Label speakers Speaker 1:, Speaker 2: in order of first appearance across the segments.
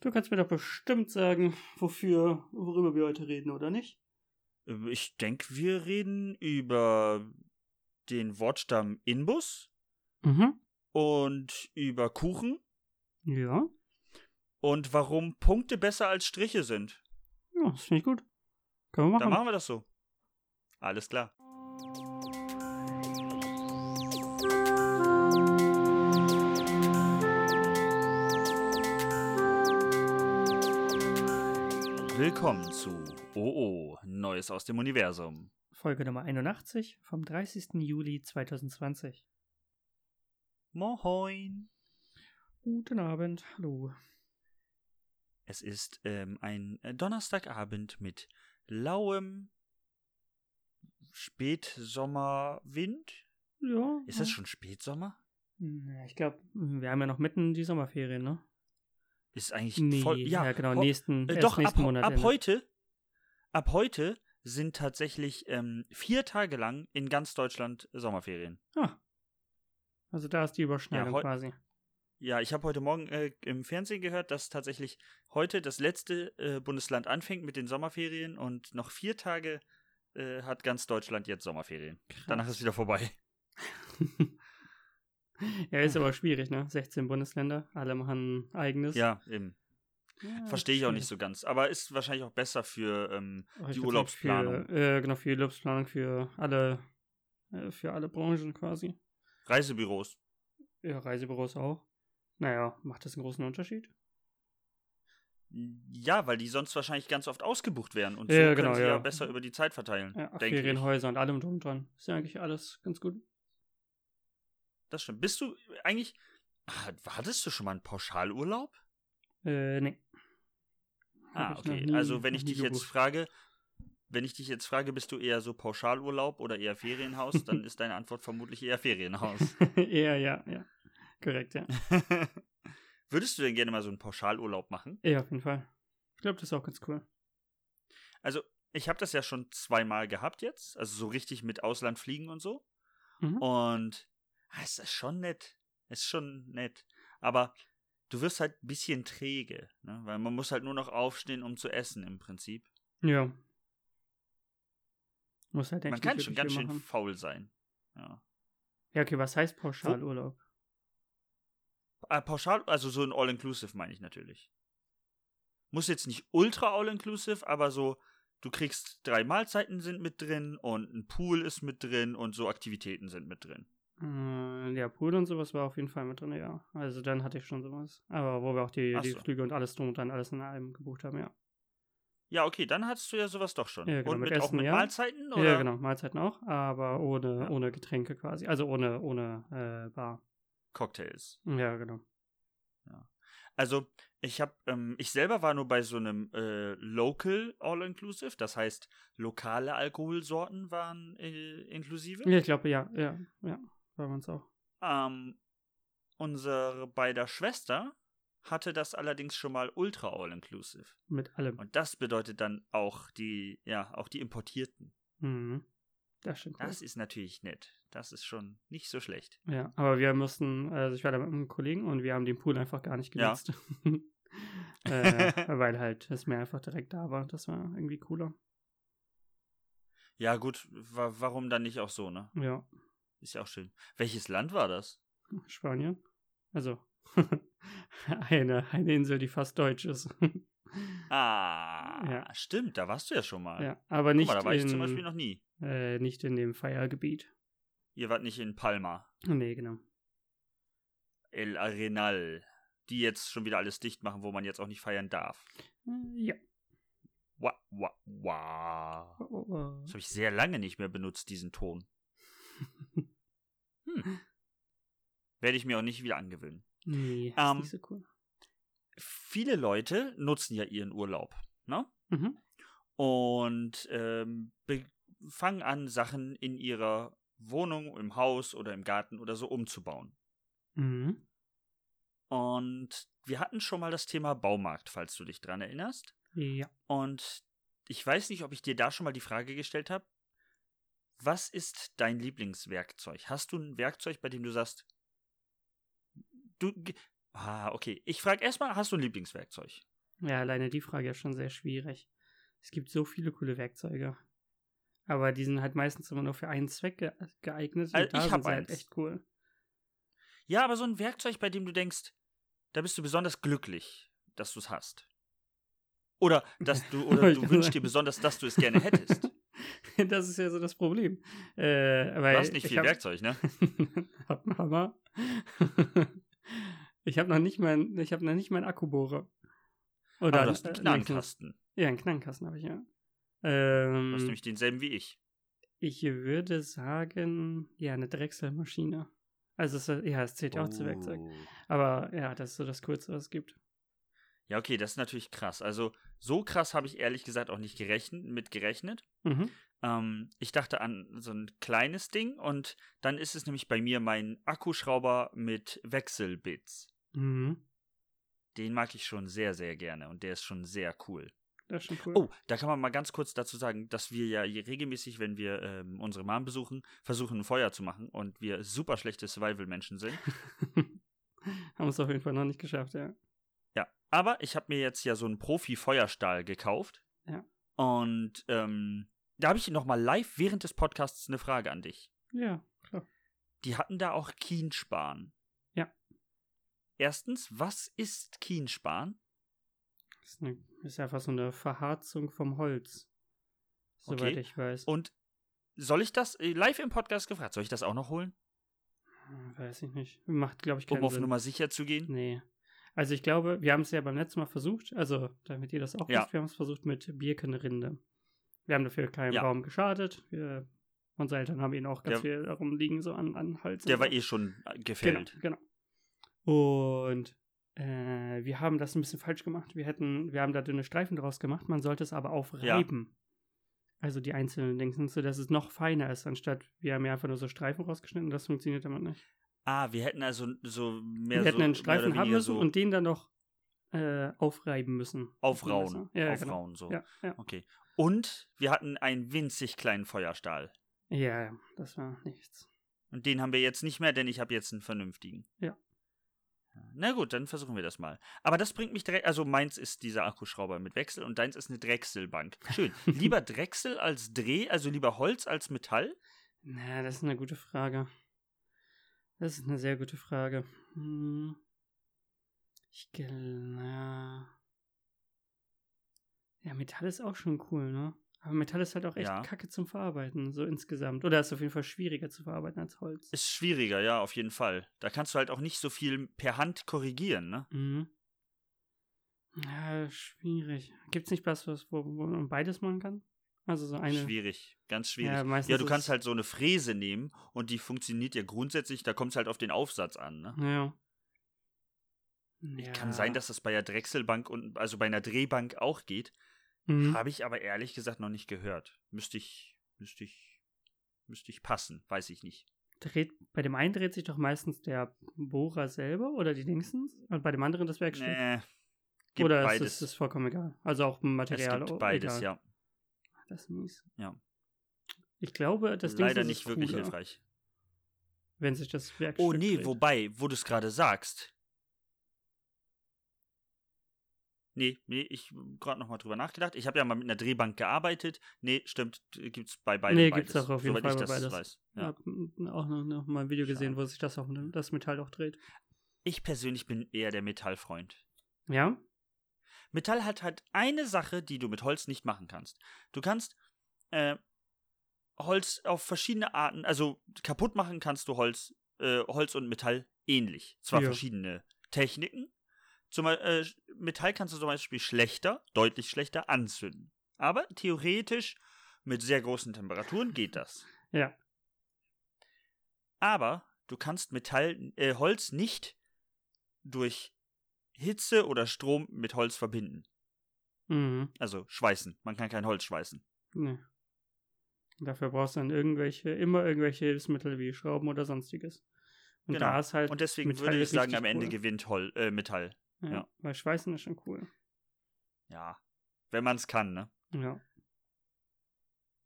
Speaker 1: Du kannst mir doch bestimmt sagen, wofür, worüber wir heute reden, oder nicht?
Speaker 2: Ich denke, wir reden über den Wortstamm Inbus
Speaker 1: Mhm.
Speaker 2: und über Kuchen
Speaker 1: Ja.
Speaker 2: und warum Punkte besser als Striche sind.
Speaker 1: Ja, das finde ich gut. Können wir
Speaker 2: Dann
Speaker 1: machen.
Speaker 2: machen wir das so. Alles klar. Willkommen zu OO, Neues aus dem Universum.
Speaker 1: Folge Nummer 81 vom 30. Juli 2020.
Speaker 2: Moin.
Speaker 1: Guten Abend, hallo.
Speaker 2: Es ist ähm, ein äh, Donnerstagabend mit lauem Spätsommerwind.
Speaker 1: Ja.
Speaker 2: Ist das schon Spätsommer?
Speaker 1: Na, Hm, Ich glaube, wir haben ja noch mitten die Sommerferien, ne?
Speaker 2: Ist eigentlich
Speaker 1: Nee,
Speaker 2: voll.
Speaker 1: ja, genau,
Speaker 2: ho-
Speaker 1: nächsten,
Speaker 2: Äh,
Speaker 1: erst
Speaker 2: doch, ab,
Speaker 1: nächsten Monat.
Speaker 2: ab
Speaker 1: Ende.
Speaker 2: heute, ab heute sind tatsächlich ähm, vier Tage lang in ganz Deutschland Sommerferien.
Speaker 1: Ah. Also da ist die Überschneidung
Speaker 2: heu-
Speaker 1: quasi.
Speaker 2: Ja, ich habe heute Morgen äh, im Fernsehen gehört, dass tatsächlich heute das letzte äh, Bundesland anfängt mit den Sommerferien und noch vier Tage äh, hat ganz Deutschland jetzt Sommerferien. Danach ist wieder vorbei.
Speaker 1: ja, ist aber schwierig, ne? 16 Bundesländer, alle machen ein eigenes.
Speaker 2: Ja, eben.
Speaker 1: Ja,
Speaker 2: Verstehe ich auch nicht
Speaker 1: schwierig.
Speaker 2: so ganz. Aber ist wahrscheinlich auch besser für ähm,
Speaker 1: Aber Oh, ich würd
Speaker 2: die
Speaker 1: sagen,
Speaker 2: Urlaubsplanung.
Speaker 1: Für, äh, genau, für die Urlaubsplanung für alle, äh, für alle Branchen quasi.
Speaker 2: Reisebüros.
Speaker 1: Ja, Reisebüros auch. Naja, macht das einen großen Unterschied?
Speaker 2: Ja, weil die sonst wahrscheinlich ganz oft ausgebucht wären und so
Speaker 1: Ja, genau,
Speaker 2: können sie
Speaker 1: ja.
Speaker 2: ja besser über die Zeit verteilen.
Speaker 1: Ja, ach,
Speaker 2: denke ich.
Speaker 1: Ferienhäuser und allem drum und dran. Ist ja eigentlich alles ganz gut.
Speaker 2: Das stimmt. Bist du eigentlich. Ah, Hattest du schon mal einen Pauschalurlaub?
Speaker 1: Äh, nee.
Speaker 2: Ah,
Speaker 1: Hab ich noch
Speaker 2: okay.
Speaker 1: nie-
Speaker 2: also wenn
Speaker 1: noch
Speaker 2: ich
Speaker 1: nie
Speaker 2: dich jetzt
Speaker 1: gebucht.
Speaker 2: frage, wenn ich dich jetzt frage, bist du eher so Pauschalurlaub oder eher Ferienhaus, dann ist deine Antwort vermutlich eher Ferienhaus.
Speaker 1: ja, ja, ja. Korrekt, ja.
Speaker 2: Würdest du denn gerne mal so einen Pauschalurlaub machen?
Speaker 1: Ja, auf jeden Fall. Ich glaube, das ist auch ganz cool.
Speaker 2: Ich habe das ja schon zweimal gehabt jetzt, also so richtig mit Ausland fliegen und so.
Speaker 1: Mhm.
Speaker 2: Und ah, es ist schon nett. Es Ist schon nett. Aber du wirst halt ein bisschen träge, ne? weil man muss halt nur noch aufstehen, um zu essen im Prinzip.
Speaker 1: Ja. Muss halt echt
Speaker 2: man
Speaker 1: nicht
Speaker 2: kann schon
Speaker 1: wirklich
Speaker 2: ganz
Speaker 1: viel
Speaker 2: schön
Speaker 1: machen.
Speaker 2: faul sein. Ja.
Speaker 1: Ja, okay, was heißt Pauschalurlaub?
Speaker 2: Ah, pauschal, also so ein All-Inclusive meine ich natürlich. Muss jetzt nicht ultra All-Inclusive, aber so, du kriegst drei Mahlzeiten sind mit drin und ein Pool ist mit drin und so Aktivitäten sind mit drin.
Speaker 1: Äh, ja, Pool und sowas war auf jeden Fall mit drin, ja. Also dann hatte ich schon sowas. Aber wo wir auch die,
Speaker 2: Ach
Speaker 1: die
Speaker 2: so.
Speaker 1: Flüge und alles drum und dann alles in einem gebucht haben, ja.
Speaker 2: Ja, okay, dann hattest du ja sowas doch schon.
Speaker 1: Ja, genau,
Speaker 2: und
Speaker 1: mit
Speaker 2: mit, auch
Speaker 1: Essen,
Speaker 2: mit
Speaker 1: ja.
Speaker 2: Mahlzeiten? Oder?
Speaker 1: Ja, genau, Mahlzeiten auch, aber ohne,
Speaker 2: Ja.
Speaker 1: ohne Getränke quasi. Also ohne, ohne äh, Bar.
Speaker 2: Cocktails.
Speaker 1: Ja, genau.
Speaker 2: Also, ich habe, ähm, ich selber war nur bei so einem äh, Local All-Inclusive, das heißt, lokale Alkoholsorten waren äh, inklusive.
Speaker 1: Ja, ich glaube, ja, ja, ja. Waren wir uns auch.
Speaker 2: Ähm, unsere beider Schwester hatte das allerdings schon mal Ultra All-Inclusive.
Speaker 1: Mit allem.
Speaker 2: Und das bedeutet dann auch die, ja, auch die Importierten.
Speaker 1: Mhm. Das stimmt.
Speaker 2: Das ist natürlich nett. Das ist schon nicht so schlecht.
Speaker 1: Ja, aber wir mussten, also ich war da mit einem Kollegen und wir haben den Pool einfach gar nicht
Speaker 2: Ja.
Speaker 1: genutzt. äh, weil halt das Meer einfach direkt da war. Das war irgendwie cooler.
Speaker 2: Ja, gut, wa warum dann nicht auch so, ne?
Speaker 1: Ja,
Speaker 2: Ist ja auch schön. Welches Land war das?
Speaker 1: Spanien. Also, eine, eine Insel, die fast deutsch ist.
Speaker 2: Ah,
Speaker 1: Ja.
Speaker 2: stimmt, da warst du ja schon mal.
Speaker 1: ja, aber
Speaker 2: Guck
Speaker 1: nicht,
Speaker 2: mal, da war ich zum Beispiel
Speaker 1: in,
Speaker 2: noch nie.
Speaker 1: äh, nicht in dem Feiergebiet.
Speaker 2: Ihr wart nicht in Palma,
Speaker 1: Nee, genau.
Speaker 2: El Arenal, die jetzt schon wieder alles dicht machen, wo man jetzt auch nicht feiern darf.
Speaker 1: Äh, Ja.
Speaker 2: Wa, wa, wa.
Speaker 1: Oh, oh, oh.
Speaker 2: Das habe ich sehr lange nicht mehr benutzt, diesen Ton. Hm. Werde ich mir auch nicht wieder angewöhnen.
Speaker 1: Nee,
Speaker 2: Ähm,
Speaker 1: ist nicht so cool.
Speaker 2: viele Leute nutzen ja ihren Urlaub ne?
Speaker 1: Mhm.
Speaker 2: und ähm, be- fangen an, Sachen in ihrer Wohnung, im Haus oder im Garten oder so umzubauen.
Speaker 1: Mhm.
Speaker 2: Und wir hatten schon mal das Thema Baumarkt, falls du dich dran erinnerst.
Speaker 1: Ja.
Speaker 2: Und ich weiß nicht, ob ich dir da schon mal die Frage gestellt habe. Was ist dein Lieblingswerkzeug? Hast du ein Werkzeug, bei dem du sagst, du. ge- Ah, okay. Ich frage erstmal, hast du ein Lieblingswerkzeug?
Speaker 1: Ja, alleine die Frage ist schon sehr schwierig. Es gibt so viele coole Werkzeuge. Aber die sind halt meistens immer nur für einen Zweck ge geeignet. Und
Speaker 2: Also
Speaker 1: da
Speaker 2: ich
Speaker 1: sind
Speaker 2: hab
Speaker 1: sie halt
Speaker 2: eins.
Speaker 1: echt cool.
Speaker 2: Ja, aber so ein Werkzeug, bei dem du denkst, da bist du besonders glücklich, dass du es hast. Oder dass du,
Speaker 1: Wollte
Speaker 2: oder
Speaker 1: ich
Speaker 2: du
Speaker 1: gerade
Speaker 2: wünschst
Speaker 1: sagen.
Speaker 2: dir besonders, dass du es gerne hättest.
Speaker 1: Das ist ja so das Problem. Äh, weil
Speaker 2: Du hast nicht
Speaker 1: ich
Speaker 2: viel
Speaker 1: hab-
Speaker 2: Werkzeug, ne?
Speaker 1: hab einen Hammer. ich habe noch nicht mein, ich habe noch nicht meinen Akkubohrer. Oder
Speaker 2: aber du hast einen
Speaker 1: äh,
Speaker 2: Knarrenkasten.
Speaker 1: Ja, einen Knarrenkasten habe ich ja.
Speaker 2: Du hast
Speaker 1: Ähm,
Speaker 2: nämlich denselben wie ich.
Speaker 1: ich würde sagen, ja, eine Drechselmaschine. Also es, ja, es zählt ja auch zu Werkzeug.
Speaker 2: Oh.
Speaker 1: Aber ja, das ist so das Kurze, was es gibt.
Speaker 2: Ja, okay, das ist natürlich krass. Also, so krass habe ich ehrlich gesagt auch nicht gerechnet, mit gerechnet.
Speaker 1: Mhm.
Speaker 2: Ähm, ich dachte an so ein kleines Ding und dann ist es nämlich bei mir mein Akkuschrauber mit Wechselbits.
Speaker 1: Mhm.
Speaker 2: Den mag ich schon sehr, sehr gerne und der ist schon sehr cool.
Speaker 1: Das ist schon cool.
Speaker 2: Oh, da kann man mal ganz kurz dazu sagen, dass wir ja hier regelmäßig, wenn wir ähm, unsere Mom besuchen, versuchen, ein Feuer zu machen und wir super schlechte Survival-Menschen sind.
Speaker 1: Haben es auf jeden Fall noch nicht geschafft, ja.
Speaker 2: Ja, aber ich habe mir jetzt ja so einen Profi-Feuerstahl gekauft.
Speaker 1: Ja.
Speaker 2: Und ähm, da habe ich nochmal live während des Podcasts eine Frage an dich.
Speaker 1: Ja, klar.
Speaker 2: Die hatten da auch Kienspan.
Speaker 1: Ja.
Speaker 2: Erstens, was ist Kienspan?
Speaker 1: Das ist, eine, ist einfach so eine Verharzung vom Holz. Soweit
Speaker 2: Okay.
Speaker 1: ich weiß.
Speaker 2: Und soll ich das äh, live im Podcast gefragt? Soll ich das auch noch holen,
Speaker 1: Hm, Weiß ich nicht. Macht, glaube ich,
Speaker 2: um
Speaker 1: keinen
Speaker 2: auf
Speaker 1: Sinn.
Speaker 2: Nummer sicher zu gehen?
Speaker 1: Nee. Also ich glaube, wir haben es ja beim letzten Mal versucht, also damit ihr das auch
Speaker 2: Ja.
Speaker 1: wisst, wir haben es versucht mit Birkenrinde. Wir haben dafür keinen
Speaker 2: Ja.
Speaker 1: Baum geschadet. Wir, unsere Eltern haben ihn auch ganz
Speaker 2: Der-
Speaker 1: viel rumliegen, so an, an Holz. und
Speaker 2: Der
Speaker 1: so.
Speaker 2: war eh schon äh, gefällt.
Speaker 1: Genau, genau. Und äh, wir haben das ein bisschen falsch gemacht. Wir hätten, wir haben da dünne Streifen draus gemacht. Man sollte es aber aufreiben. Also die einzelnen Dings, so dass es noch feiner ist, anstatt wir haben ja einfach nur so Streifen rausgeschnitten. Das funktioniert damit nicht.
Speaker 2: Ah, wir hätten also so mehr
Speaker 1: wir
Speaker 2: so,
Speaker 1: hätten einen
Speaker 2: mehr oder
Speaker 1: Streifen haben
Speaker 2: weniger
Speaker 1: müssen
Speaker 2: so
Speaker 1: und den dann noch äh, aufreiben müssen.
Speaker 2: aufrauen.
Speaker 1: Ja, ja, genau.
Speaker 2: aufrauen so.
Speaker 1: Ja, ja.
Speaker 2: Okay. Und wir hatten einen winzig kleinen Feuerstahl.
Speaker 1: ja, ja, das war nichts.
Speaker 2: Und den haben wir jetzt nicht mehr, denn ich habe jetzt einen vernünftigen.
Speaker 1: Ja.
Speaker 2: Na gut, dann versuchen wir das mal. Aber das bringt mich direkt. Also, meins ist dieser Akkuschrauber mit Wechsel und deins ist eine Drechselbank. Schön. lieber Drechsel als Dreh, also lieber Holz als Metall?
Speaker 1: Na, das ist eine gute Frage. Das ist eine sehr gute Frage. Hm. Ich glaube. Ja, Metall ist auch schon cool, ne? Aber Metall ist halt auch echt
Speaker 2: Ja.
Speaker 1: kacke zum Verarbeiten, so insgesamt. Oder ist auf jeden Fall schwieriger zu verarbeiten als Holz.
Speaker 2: Ist schwieriger, ja, auf jeden Fall. Da kannst du halt auch nicht so viel per Hand korrigieren, ne?
Speaker 1: Mhm. Ja, schwierig. Gibt's nicht was, was wo, wo man beides machen kann? Also so eine.
Speaker 2: Schwierig, ganz schwierig.
Speaker 1: Ja, meistens
Speaker 2: Ja, du
Speaker 1: ist-
Speaker 2: kannst halt so eine Fräse nehmen und die funktioniert ja grundsätzlich, da kommt es halt auf den Aufsatz an. Ne?
Speaker 1: Ja.
Speaker 2: Kann sein, dass das bei der Drechselbank und also bei einer Drehbank auch geht,
Speaker 1: Mhm.
Speaker 2: habe ich aber ehrlich gesagt noch nicht gehört. Müsste ich, müsste ich, müsste ich passen, weiß ich nicht.
Speaker 1: Dreht, bei dem einen dreht sich doch meistens der Bohrer selber oder die Dingsens und bei dem anderen das Werkstück.
Speaker 2: Nee, gibt
Speaker 1: oder ist
Speaker 2: beides.
Speaker 1: es ist vollkommen egal. Also auch Material.
Speaker 2: es
Speaker 1: oh,
Speaker 2: gibt beides,
Speaker 1: egal.
Speaker 2: ja.
Speaker 1: Das ist mies.
Speaker 2: Ja.
Speaker 1: Ich glaube, das Ding
Speaker 2: Leider
Speaker 1: ist
Speaker 2: nicht wirklich
Speaker 1: cooler,
Speaker 2: hilfreich.
Speaker 1: Wenn sich das Werkstück
Speaker 2: Oh nee,
Speaker 1: dreht.
Speaker 2: wobei, wo du es gerade sagst. Nee, nee, ich gerade noch mal drüber nachgedacht. Ich habe ja mal mit einer Drehbank gearbeitet. Nee, stimmt, gibt's bei beiden
Speaker 1: Nee,
Speaker 2: beides.
Speaker 1: gibt's auch auf jeden
Speaker 2: Soweit
Speaker 1: Fall
Speaker 2: ich
Speaker 1: bei
Speaker 2: das
Speaker 1: beides.
Speaker 2: weiß.
Speaker 1: Ich
Speaker 2: Ja.
Speaker 1: habe auch noch, noch mal ein Video gesehen, wo sich das auch das Metall auch dreht.
Speaker 2: Ich persönlich bin eher der Metallfreund.
Speaker 1: Ja?
Speaker 2: Metall hat halt eine Sache, die du mit Holz nicht machen kannst. Du kannst äh, Holz auf verschiedene Arten, also kaputt machen kannst du Holz, äh, Holz und Metall ähnlich. Zwar
Speaker 1: Ja.
Speaker 2: verschiedene Techniken. Zum, Be- äh, Metall kannst du zum Beispiel schlechter, deutlich schlechter anzünden. Aber theoretisch mit sehr großen Temperaturen geht das.
Speaker 1: Ja.
Speaker 2: Aber du kannst Metall, äh, Holz nicht durch Hitze oder Strom mit Holz verbinden.
Speaker 1: Mhm.
Speaker 2: Also schweißen. Man kann kein Holz schweißen.
Speaker 1: Nee. Dafür brauchst du dann irgendwelche, immer irgendwelche Hilfsmittel wie Schrauben oder sonstiges. Und
Speaker 2: Genau.
Speaker 1: da ist halt.
Speaker 2: Und deswegen
Speaker 1: Metall
Speaker 2: würde ich
Speaker 1: ist
Speaker 2: sagen,
Speaker 1: richtig
Speaker 2: am Ende
Speaker 1: cool.
Speaker 2: gewinnt Hol äh, Metall.
Speaker 1: ja,
Speaker 2: ja.
Speaker 1: Weil Schweißen ist schon cool.
Speaker 2: Ja. Wenn man es kann, ne?
Speaker 1: Ja.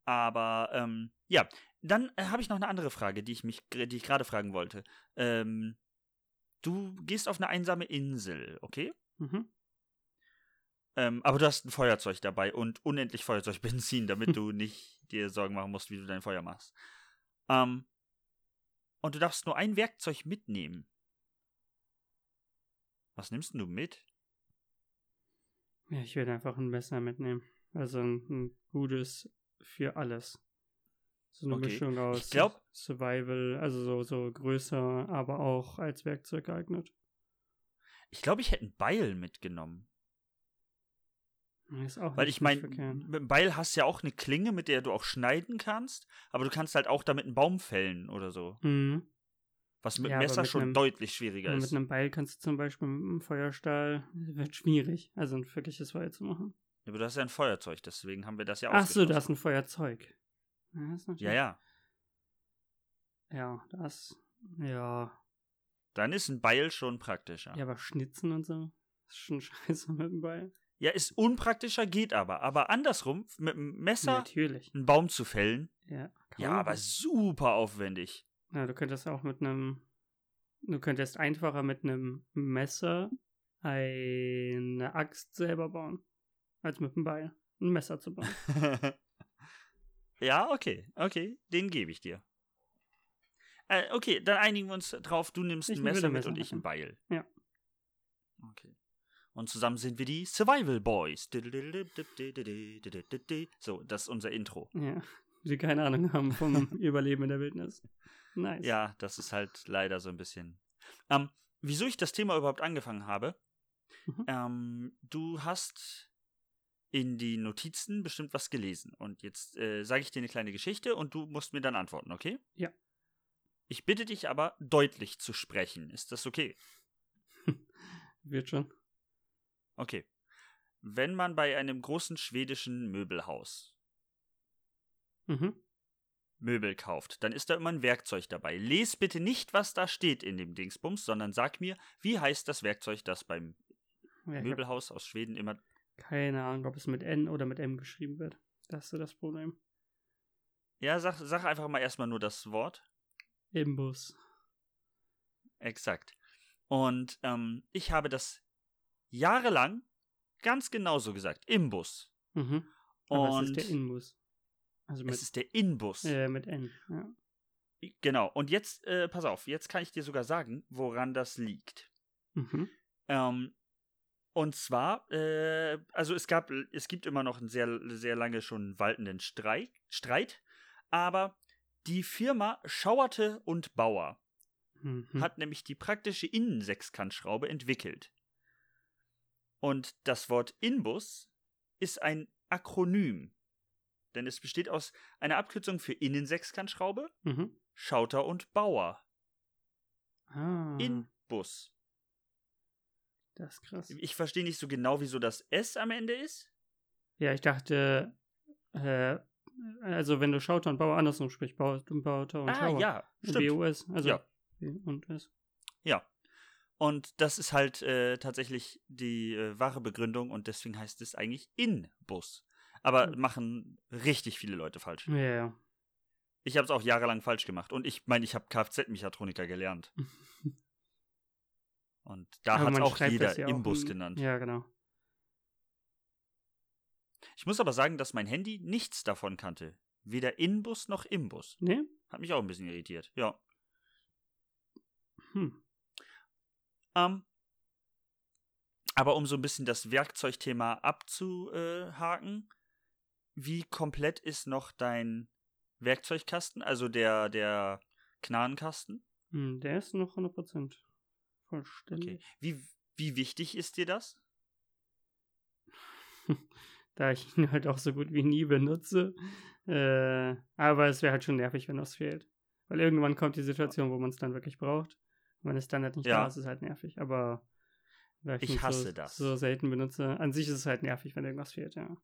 Speaker 2: Aber ähm, ja, dann äh, habe ich noch eine andere Frage, die ich mich, gr- die ich gerade fragen wollte. Ähm, du gehst auf eine einsame Insel, okay?
Speaker 1: Mhm.
Speaker 2: Ähm, aber du hast ein Feuerzeug dabei und unendlich Feuerzeug, Benzin, damit du nicht dir Sorgen machen musst, wie du dein Feuer machst. Ähm, und du darfst nur ein Werkzeug mitnehmen. Was nimmst denn du mit?
Speaker 1: Ja, ich werde einfach ein Messer mitnehmen. Also ein, ein gutes für alles. So eine
Speaker 2: Okay.
Speaker 1: Mischung aus
Speaker 2: Ich glaub-
Speaker 1: Survival, also so, so größer, aber auch als Werkzeug geeignet.
Speaker 2: Ich glaube, ich hätte ein Beil mitgenommen.
Speaker 1: Ist auch
Speaker 2: Weil
Speaker 1: nicht
Speaker 2: ich meine,
Speaker 1: verkehrt.
Speaker 2: mit dem Beil hast du ja auch eine Klinge, mit der du auch schneiden kannst, aber du kannst halt auch damit einen Baum fällen oder so.
Speaker 1: Mhm.
Speaker 2: Was mit
Speaker 1: Ja,
Speaker 2: dem
Speaker 1: aber
Speaker 2: Messer
Speaker 1: mit
Speaker 2: schon
Speaker 1: einem-
Speaker 2: deutlich schwieriger
Speaker 1: Und mit
Speaker 2: ist.
Speaker 1: einem Beil kannst du zum Beispiel mit einem Feuerstahl, wird schwierig, also ein wirkliches Feuer zu machen.
Speaker 2: Aber du hast ja ein Feuerzeug, deswegen haben wir das ja
Speaker 1: Ach so,
Speaker 2: ausgeschlossen.
Speaker 1: da ist ein Feuerzeug. Ja, ist natürlich-
Speaker 2: Ja, ja.
Speaker 1: Ja, das, ja.
Speaker 2: Dann ist ein Beil schon praktischer.
Speaker 1: Ja, aber Schnitzen und so ist schon scheiße mit dem Beil.
Speaker 2: Ja, ist unpraktischer, geht aber. Aber andersrum, mit einem Messer
Speaker 1: Natürlich.
Speaker 2: einen Baum zu fällen,
Speaker 1: Ja, kann
Speaker 2: ja,
Speaker 1: man
Speaker 2: aber
Speaker 1: machen.
Speaker 2: super aufwendig.
Speaker 1: Ja, du könntest auch mit einem. Du könntest einfacher mit einem Messer eine Axt selber bauen, als mit einem Beil ein Messer zu bauen.
Speaker 2: ja, okay, okay, den gebe ich dir. Äh, okay, dann einigen wir uns drauf, du nimmst
Speaker 1: Ich
Speaker 2: ein
Speaker 1: will
Speaker 2: Messer
Speaker 1: ein
Speaker 2: mit
Speaker 1: Messer
Speaker 2: und ich ein
Speaker 1: machen.
Speaker 2: Beil.
Speaker 1: Ja.
Speaker 2: Okay. Und zusammen sind wir die Survival Boys. So, das ist unser Intro.
Speaker 1: ja. Die keine Ahnung haben vom Überleben in der Wildnis. Nice.
Speaker 2: Ja, das ist halt leider so ein bisschen. Ähm, wieso ich das Thema überhaupt angefangen habe?
Speaker 1: Mhm.
Speaker 2: Ähm, du hast in die Notizen bestimmt was gelesen. Und jetzt äh, sage ich dir eine kleine Geschichte und du musst mir dann antworten, okay?
Speaker 1: Ja.
Speaker 2: Ich bitte dich aber, deutlich zu sprechen. Ist das okay?
Speaker 1: Wird schon.
Speaker 2: Okay. Wenn man bei einem großen schwedischen Möbelhaus
Speaker 1: Mhm.
Speaker 2: Möbel kauft, dann ist da immer ein Werkzeug dabei. Les bitte nicht, was da steht in dem Dingsbums, sondern sag mir, wie heißt das Werkzeug, das beim
Speaker 1: Ja, ich habe
Speaker 2: Möbelhaus aus Schweden immer.
Speaker 1: keine Ahnung, ob es mit N oder mit M geschrieben wird. Das ist so das Problem.
Speaker 2: Ja, sag, sag einfach mal erstmal nur das Wort.
Speaker 1: Imbus.
Speaker 2: Exakt. Und ähm, ich habe das jahrelang ganz genauso gesagt. Imbus.
Speaker 1: Mhm. Aber es ist
Speaker 2: Und
Speaker 1: der Inbus. Also
Speaker 2: es
Speaker 1: mit,
Speaker 2: ist der Inbus.
Speaker 1: äh, mit N. Ja.
Speaker 2: Genau. Und jetzt, äh, pass auf, jetzt kann ich dir sogar sagen, woran das liegt.
Speaker 1: Mhm.
Speaker 2: Ähm, und zwar, äh, also es gab, es gibt immer noch einen sehr, sehr lange schon waltenden Streik, Streit, aber die Firma Schauerte und Bauer
Speaker 1: Mhm.
Speaker 2: hat nämlich die praktische Innensechskantschraube entwickelt. Und das Wort Inbus ist ein Akronym, denn es besteht aus einer Abkürzung für Innensechskantschraube,
Speaker 1: Mhm.
Speaker 2: Schauter und Bauer.
Speaker 1: Ah,
Speaker 2: Inbus.
Speaker 1: das ist krass.
Speaker 2: Ich verstehe nicht so genau, wieso das S am Ende ist.
Speaker 1: Ja, ich dachte, äh, also wenn du Schauter und Bauer andersrum sprichst, Bauer, Bauter und
Speaker 2: ah,
Speaker 1: Schauer.
Speaker 2: ja, stimmt.
Speaker 1: BUS, also
Speaker 2: Ja.
Speaker 1: B und S.
Speaker 2: Und das ist halt äh, tatsächlich die äh, wahre Begründung und deswegen heißt es eigentlich Inbus. Aber
Speaker 1: Mhm.
Speaker 2: machen richtig viele Leute falsch.
Speaker 1: Ja, ja.
Speaker 2: Ich habe es auch jahrelang falsch gemacht und ich meine, ich habe Kfz-Mechatroniker gelernt. Und da
Speaker 1: Aber
Speaker 2: hat
Speaker 1: man
Speaker 2: auch
Speaker 1: schreibt
Speaker 2: jeder
Speaker 1: das ja auch
Speaker 2: Imbus
Speaker 1: in-
Speaker 2: genannt.
Speaker 1: Ja, genau.
Speaker 2: Ich muss aber sagen, dass mein Handy nichts davon kannte. Weder Inbus noch Imbus.
Speaker 1: Nee?
Speaker 2: Hat mich auch ein bisschen irritiert. Ja.
Speaker 1: Hm.
Speaker 2: Ähm, aber um so ein bisschen das Werkzeugthema abzuhaken, wie komplett ist noch dein Werkzeugkasten, also der, der Knarrenkasten?
Speaker 1: Hm, Der ist noch 100% vollständig.
Speaker 2: Okay. Wie, wie wichtig ist dir das?
Speaker 1: da ich ihn halt auch so gut wie nie benutze. Äh, aber es wäre halt schon nervig, wenn das fehlt. Weil irgendwann kommt die Situation, wo man es dann wirklich braucht. Und wenn es dann halt nicht
Speaker 2: Ja.
Speaker 1: da ist, ist es halt nervig. Aber da
Speaker 2: Ich
Speaker 1: ihn so,
Speaker 2: hasse das.
Speaker 1: so selten benutze, an sich ist es halt nervig, wenn irgendwas fehlt, ja.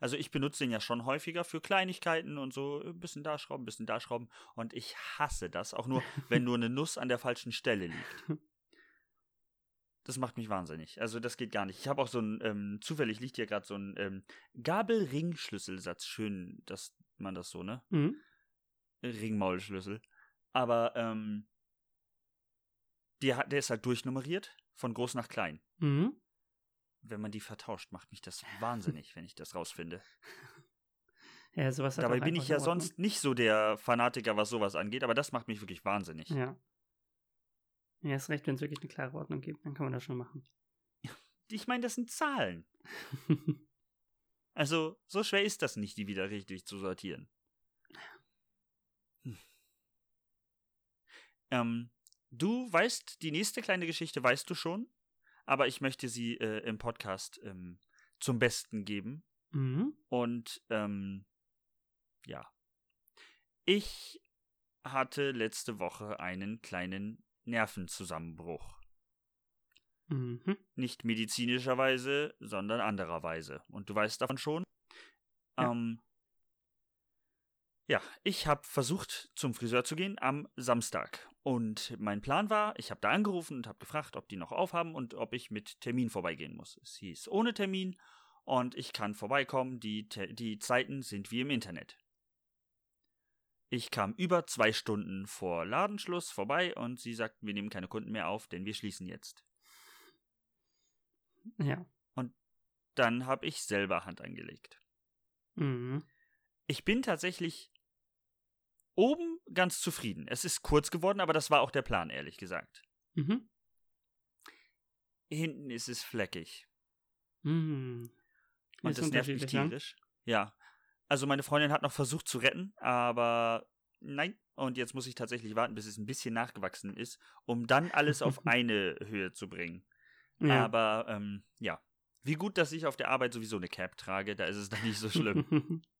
Speaker 2: Also ich benutze den ja schon häufiger für Kleinigkeiten und so, ein bisschen da schrauben, ein bisschen da schrauben. Und ich hasse das, auch nur, wenn nur eine Nuss an der falschen Stelle liegt. Das macht mich wahnsinnig. Also das geht gar nicht. Ich habe auch so ein, ähm, zufällig liegt hier gerade so ein ähm, Gabelring-Schlüsselsatz. Schön, dass man das so, ne?
Speaker 1: Mhm.
Speaker 2: Ringmaulschlüssel. Aber ähm, der, hat- der ist halt durchnummeriert, von groß nach klein.
Speaker 1: Mhm.
Speaker 2: wenn man die vertauscht, macht mich das wahnsinnig, wenn ich das rausfinde.
Speaker 1: Ja, sowas hat
Speaker 2: Dabei
Speaker 1: auch
Speaker 2: bin
Speaker 1: einfach ne?
Speaker 2: ich ja
Speaker 1: in Ordnung.
Speaker 2: sonst nicht so der Fanatiker, was sowas angeht, aber das macht mich wirklich wahnsinnig.
Speaker 1: Ja. Ja, ist recht, wenn es wirklich eine klare Ordnung gibt, dann kann man das schon machen.
Speaker 2: Ich meine, das sind Zahlen. Also, so schwer ist das nicht, die wieder richtig zu sortieren. Hm. Ähm, du weißt, die nächste kleine Geschichte weißt du schon, aber ich möchte sie äh, im Podcast ähm, zum Besten geben.
Speaker 1: mhm.
Speaker 2: Und ähm, ja. Ich hatte letzte Woche einen kleinen Nervenzusammenbruch.
Speaker 1: Mhm.
Speaker 2: Nicht medizinischerweise, sondern andererweise. Und du weißt davon schon.
Speaker 1: Ja.
Speaker 2: Ähm, ja, ich habe versucht, zum Friseur zu gehen am Samstag. Und mein Plan war, ich habe da angerufen und habe gefragt, ob die noch aufhaben und ob ich mit Termin vorbeigehen muss. Es hieß ohne Termin und ich kann vorbeikommen. Die, Te- die Zeiten sind wie im Internet. Ich kam über zwei Stunden vor Ladenschluss vorbei und sie sagten, wir nehmen keine Kunden mehr auf, denn wir schließen jetzt.
Speaker 1: Ja.
Speaker 2: dann habe ich selber Hand angelegt.
Speaker 1: Mhm.
Speaker 2: Ich bin tatsächlich oben ganz zufrieden. Es ist kurz geworden, aber das war auch der Plan, ehrlich gesagt.
Speaker 1: Mhm.
Speaker 2: Hinten ist es fleckig.
Speaker 1: Mhm.
Speaker 2: Und
Speaker 1: Ist
Speaker 2: das nervt mich
Speaker 1: unterschiedlich ne? lang.
Speaker 2: tierisch. Ja. Also meine Freundin hat noch versucht zu retten, aber nein. Und jetzt muss ich tatsächlich warten, bis es ein bisschen nachgewachsen ist, um dann alles auf eine Höhe zu bringen.
Speaker 1: Ja.
Speaker 2: Aber ähm, ja. Wie gut, dass ich auf der Arbeit sowieso eine Cap trage, da ist es dann nicht so schlimm.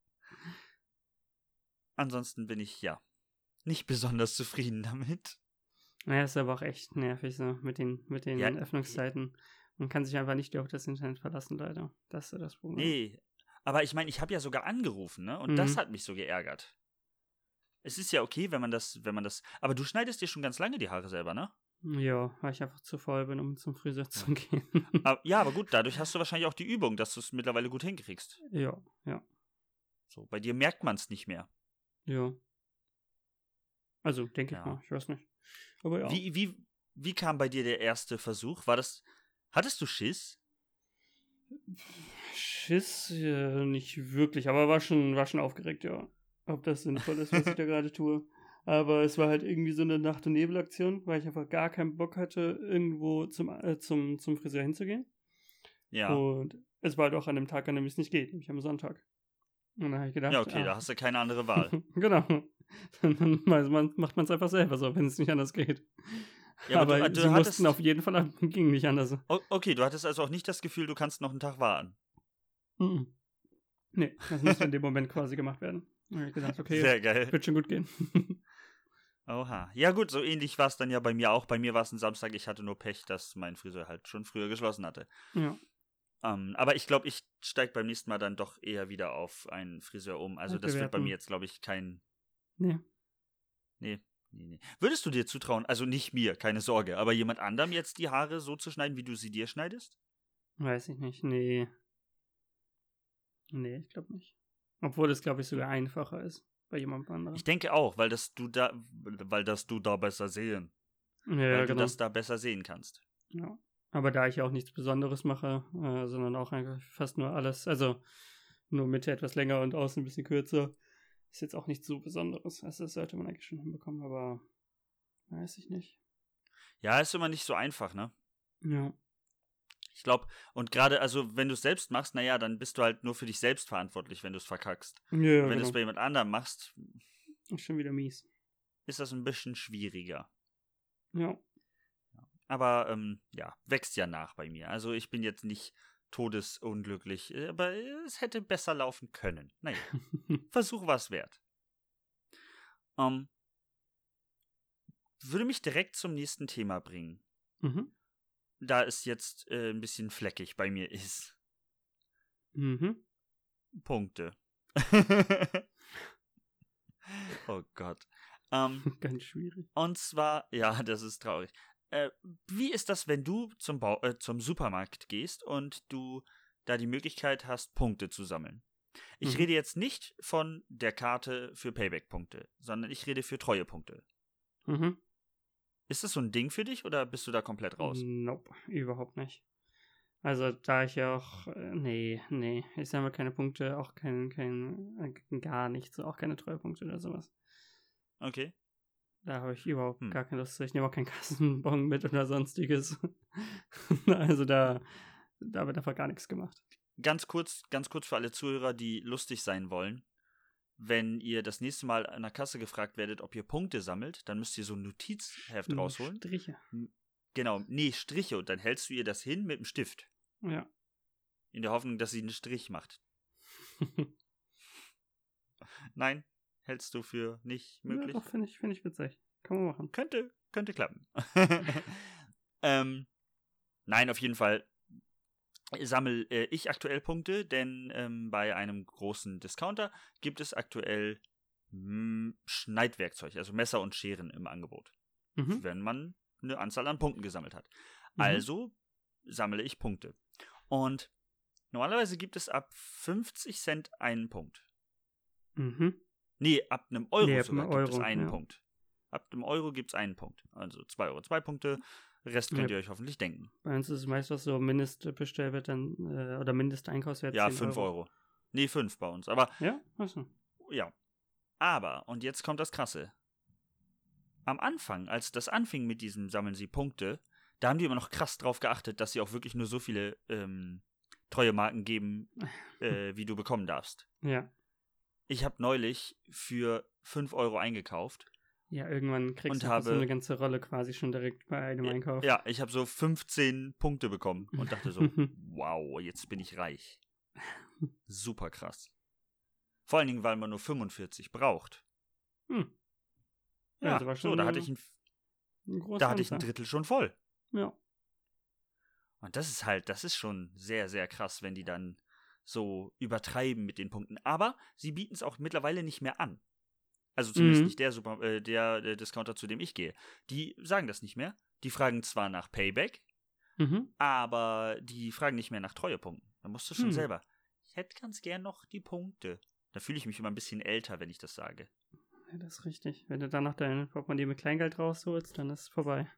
Speaker 2: Ansonsten bin ich ja nicht besonders zufrieden damit.
Speaker 1: ja, ist aber auch echt nervig so mit den, mit den
Speaker 2: Ja.
Speaker 1: Öffnungszeiten. Man kann sich einfach nicht auf das Internet verlassen, leider. Das ist so das Problem.
Speaker 2: Nee, aber ich meine, ich habe ja sogar angerufen, ne? Und
Speaker 1: Ne? Mhm.
Speaker 2: das hat mich so geärgert. Es ist ja okay, wenn man das, wenn man das. Aber du schneidest dir schon ganz lange die Haare selber, ne?
Speaker 1: Ja, weil ich einfach zu faul bin, um zum Friseur zu gehen.
Speaker 2: Aber, Ah, ja, aber gut, dadurch hast du wahrscheinlich auch die Übung, dass du es mittlerweile gut hinkriegst.
Speaker 1: ja, ja,
Speaker 2: So, bei dir merkt man es nicht mehr.
Speaker 1: ja. Also, denke
Speaker 2: Ja.
Speaker 1: ich mal, ich weiß nicht. Aber ja.
Speaker 2: Wie, wie, wie kam bei dir der erste Versuch? War das. Hattest du Schiss?
Speaker 1: Schiss, äh, nicht wirklich, aber war schon, war schon aufgeregt, ja. Ob das sinnvoll ist, was ich da gerade tue. Aber es war halt irgendwie so eine Nacht- und Nebelaktion, weil ich einfach gar keinen Bock hatte, irgendwo zum, äh, zum, zum Friseur hinzugehen.
Speaker 2: Ja.
Speaker 1: Und es war halt auch an dem Tag, an dem es nicht geht, nämlich am Sonntag. Und dann habe ich gedacht,
Speaker 2: ja, okay,
Speaker 1: ah,
Speaker 2: da hast du keine andere Wahl.
Speaker 1: genau. Dann weiß man, macht man es einfach selber so, wenn es nicht anders geht.
Speaker 2: Ja, aber
Speaker 1: aber
Speaker 2: du- äh, du
Speaker 1: sie
Speaker 2: hattest-
Speaker 1: mussten auf jeden Fall ab, ging nicht anders.
Speaker 2: O okay, du hattest also auch nicht das Gefühl, du kannst noch einen Tag warten.
Speaker 1: Mhm. Nee, das musste in dem Moment quasi gemacht werden. Und ich gesagt, okay,
Speaker 2: Sehr geil.
Speaker 1: wird schon gut gehen.
Speaker 2: Oha. Ja gut, so ähnlich war es dann ja bei mir auch. Bei mir war es ein Samstag. Ich hatte nur Pech, dass mein Friseur halt schon früher geschlossen hatte.
Speaker 1: ja.
Speaker 2: Ähm, aber ich glaube, ich steige beim nächsten Mal dann doch eher wieder auf einen Friseur um. Also das wird bei
Speaker 1: Wettbewerben.
Speaker 2: mir jetzt, glaube ich, kein...
Speaker 1: Nee.
Speaker 2: Nee. Nee, nee. Würdest du dir zutrauen, also nicht mir, keine Sorge, aber jemand anderem jetzt die Haare so zu schneiden, wie du sie dir schneidest?
Speaker 1: Weiß ich nicht. Nee. Nee, ich glaube nicht. Obwohl es, glaube ich, sogar einfacher ist bei jemand anderem.
Speaker 2: Ich denke auch, weil das du da, weil das du da besser sehen,
Speaker 1: Ja, genau. ja,
Speaker 2: weil du das da besser sehen kannst.
Speaker 1: Ja. Aber da ich ja auch nichts Besonderes mache, äh, sondern auch eigentlich fast nur alles, also nur Mitte etwas länger und außen ein bisschen kürzer, ist jetzt auch nichts so Besonderes. Also das sollte man eigentlich schon hinbekommen, aber weiß ich nicht.
Speaker 2: Ja, ist immer nicht so einfach, ne?
Speaker 1: Ja.
Speaker 2: Ich glaube, und gerade, also wenn du es selbst machst, naja, dann bist du halt nur für dich selbst verantwortlich, wenn du es verkackst.
Speaker 1: Ja,
Speaker 2: wenn du
Speaker 1: genau.
Speaker 2: es bei jemand anderem machst,
Speaker 1: Ist schon wieder mies.
Speaker 2: ist das ein bisschen schwieriger.
Speaker 1: Ja.
Speaker 2: Aber ähm, ja, wächst ja nach bei mir. Also ich bin jetzt nicht todesunglücklich, äh, aber es hätte besser laufen können. Naja, Versuch war es wert. Ähm, würde mich direkt zum nächsten Thema bringen,
Speaker 1: mhm.
Speaker 2: da es jetzt äh, ein bisschen fleckig bei mir ist.
Speaker 1: Mhm.
Speaker 2: Punkte. oh Gott. Ähm,
Speaker 1: Ganz schwierig.
Speaker 2: und zwar, ja, das ist traurig. Äh, wie ist das, wenn du zum, Bau, äh, zum Supermarkt gehst und du da die Möglichkeit hast, Punkte zu sammeln? Ich
Speaker 1: Mhm.
Speaker 2: rede jetzt nicht von der Karte für Payback-Punkte, sondern ich rede für Treuepunkte.
Speaker 1: Mhm. Mhm.
Speaker 2: Ist das so ein Ding für dich oder bist du da komplett raus?
Speaker 1: Nope, überhaupt nicht. Also da ich ja auch, äh, nee, nee, ich sammle keine Punkte, auch kein, kein, äh, gar nichts, auch keine Treuepunkte oder sowas.
Speaker 2: Okay.
Speaker 1: Da habe ich überhaupt
Speaker 2: Hm.
Speaker 1: gar keine Lust zu. Ich nehme auch keinen Kassenbon mit oder sonstiges. also da, da wird einfach gar nichts gemacht.
Speaker 2: Ganz kurz, ganz kurz für alle Zuhörer, die lustig sein wollen. Wenn ihr das nächste Mal an der Kasse gefragt werdet, ob ihr Punkte sammelt, dann müsst ihr so ein Notizheft
Speaker 1: Nur
Speaker 2: rausholen.
Speaker 1: Striche.
Speaker 2: Genau, nee, Striche. Und dann hältst du ihr das hin mit dem Stift.
Speaker 1: Ja.
Speaker 2: In der Hoffnung, dass sie einen Strich macht. Nein, hältst du für nicht möglich?
Speaker 1: Ja, doch, finde ich, finde ich witzig. Kann man machen.
Speaker 2: Könnte, könnte klappen. ähm, nein, auf jeden Fall sammle äh, ich aktuell Punkte, denn ähm, bei einem großen Discounter gibt es aktuell mh, Schneidwerkzeug, also Messer und Scheren im Angebot,
Speaker 1: Mhm.
Speaker 2: wenn man eine Anzahl an Punkten gesammelt hat.
Speaker 1: Mhm.
Speaker 2: Also sammle ich Punkte. Und normalerweise gibt es ab 50 Cent einen Punkt.
Speaker 1: Mhm.
Speaker 2: Nee, ab einem Euro
Speaker 1: Nee, ab
Speaker 2: sogar
Speaker 1: einem
Speaker 2: gibt es
Speaker 1: Euro,
Speaker 2: einen
Speaker 1: ja.
Speaker 2: Punkt. Ab einem Euro gibt es einen Punkt. Also 2 Euro, 2 Punkte. Rest könnt
Speaker 1: Ja.
Speaker 2: ihr euch hoffentlich denken.
Speaker 1: Bei uns ist es meist was so Mindestbestellwert dann, äh, oder Mindesteinkaufswert.
Speaker 2: ja,
Speaker 1: 10
Speaker 2: 5 Euro. Nee, 5 bei uns. Aber
Speaker 1: Ja, achso.
Speaker 2: ja. Aber, und jetzt kommt das Krasse. Am Anfang, als das anfing mit diesem Sammeln Sie Punkte, da haben die immer noch krass drauf geachtet, dass sie auch wirklich nur so viele ähm, treue Marken geben, äh, wie du bekommen darfst.
Speaker 1: Ja.
Speaker 2: Ich habe neulich für 5 Euro eingekauft
Speaker 1: Ja, irgendwann kriegst
Speaker 2: Und
Speaker 1: du einfach so
Speaker 2: habe-
Speaker 1: eine ganze Rolle quasi schon direkt bei einem
Speaker 2: Ja,
Speaker 1: Einkauf.
Speaker 2: Ja, ich habe so 15 Punkte bekommen und dachte so, wow, jetzt bin ich reich. Super krass. Vor allen Dingen, weil man nur 45 braucht.
Speaker 1: Hm.
Speaker 2: Ja,
Speaker 1: Also war schon
Speaker 2: so, da
Speaker 1: eine
Speaker 2: hatte ich ein,
Speaker 1: große
Speaker 2: da hatte ich ein
Speaker 1: Anzahl.
Speaker 2: Drittel schon voll.
Speaker 1: Ja.
Speaker 2: Und das ist halt, das ist schon sehr, sehr krass, wenn die dann so übertreiben mit den Punkten. Aber sie bieten es auch mittlerweile nicht mehr an. Also zumindest
Speaker 1: Mhm.
Speaker 2: nicht der, Super, äh, der äh, Discounter, zu dem ich gehe. Die sagen das nicht mehr. Die fragen zwar nach Payback,
Speaker 1: Mhm.
Speaker 2: aber die fragen nicht mehr nach Treuepunkten. Da musst du schon
Speaker 1: Hm.
Speaker 2: selber. Ich hätte ganz gern noch die Punkte. Da fühle ich mich immer ein bisschen älter, wenn ich das sage.
Speaker 1: Ja, das ist richtig. Wenn du danach dein Portemonnaie mit Kleingeld rausholst, dann ist es vorbei.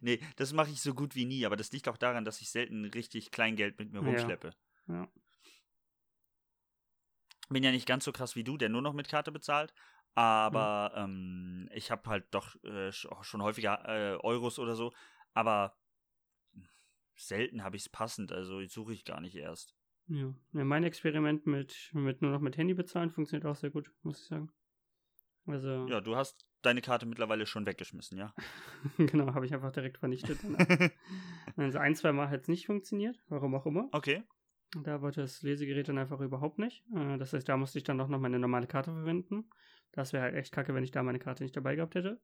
Speaker 2: nee, das mache ich so gut wie nie, aber das liegt auch daran, dass ich selten richtig Kleingeld mit mir
Speaker 1: Ja.
Speaker 2: rumschleppe.
Speaker 1: Ja.
Speaker 2: Bin ja nicht ganz so krass wie du, der nur noch mit Karte bezahlt, aber ähm, ich habe halt doch äh, sch- auch schon häufiger äh, Euros oder so, aber selten habe ich es passend, also suche ich gar nicht erst.
Speaker 1: Ja. ja mein Experiment mit, mit nur noch mit Handy bezahlen funktioniert auch sehr gut, muss ich sagen. Also,
Speaker 2: Ja, du hast deine Karte mittlerweile schon weggeschmissen, ja?
Speaker 1: genau, habe ich einfach direkt vernichtet. danach. also ein, zwei Mal hat es nicht funktioniert, warum auch immer.
Speaker 2: okay.
Speaker 1: Da wollte das Lesegerät dann einfach überhaupt nicht. Äh, Das heißt, da musste ich dann auch noch meine normale Karte verwenden. Das wäre halt echt kacke, wenn ich da meine Karte nicht dabei gehabt hätte.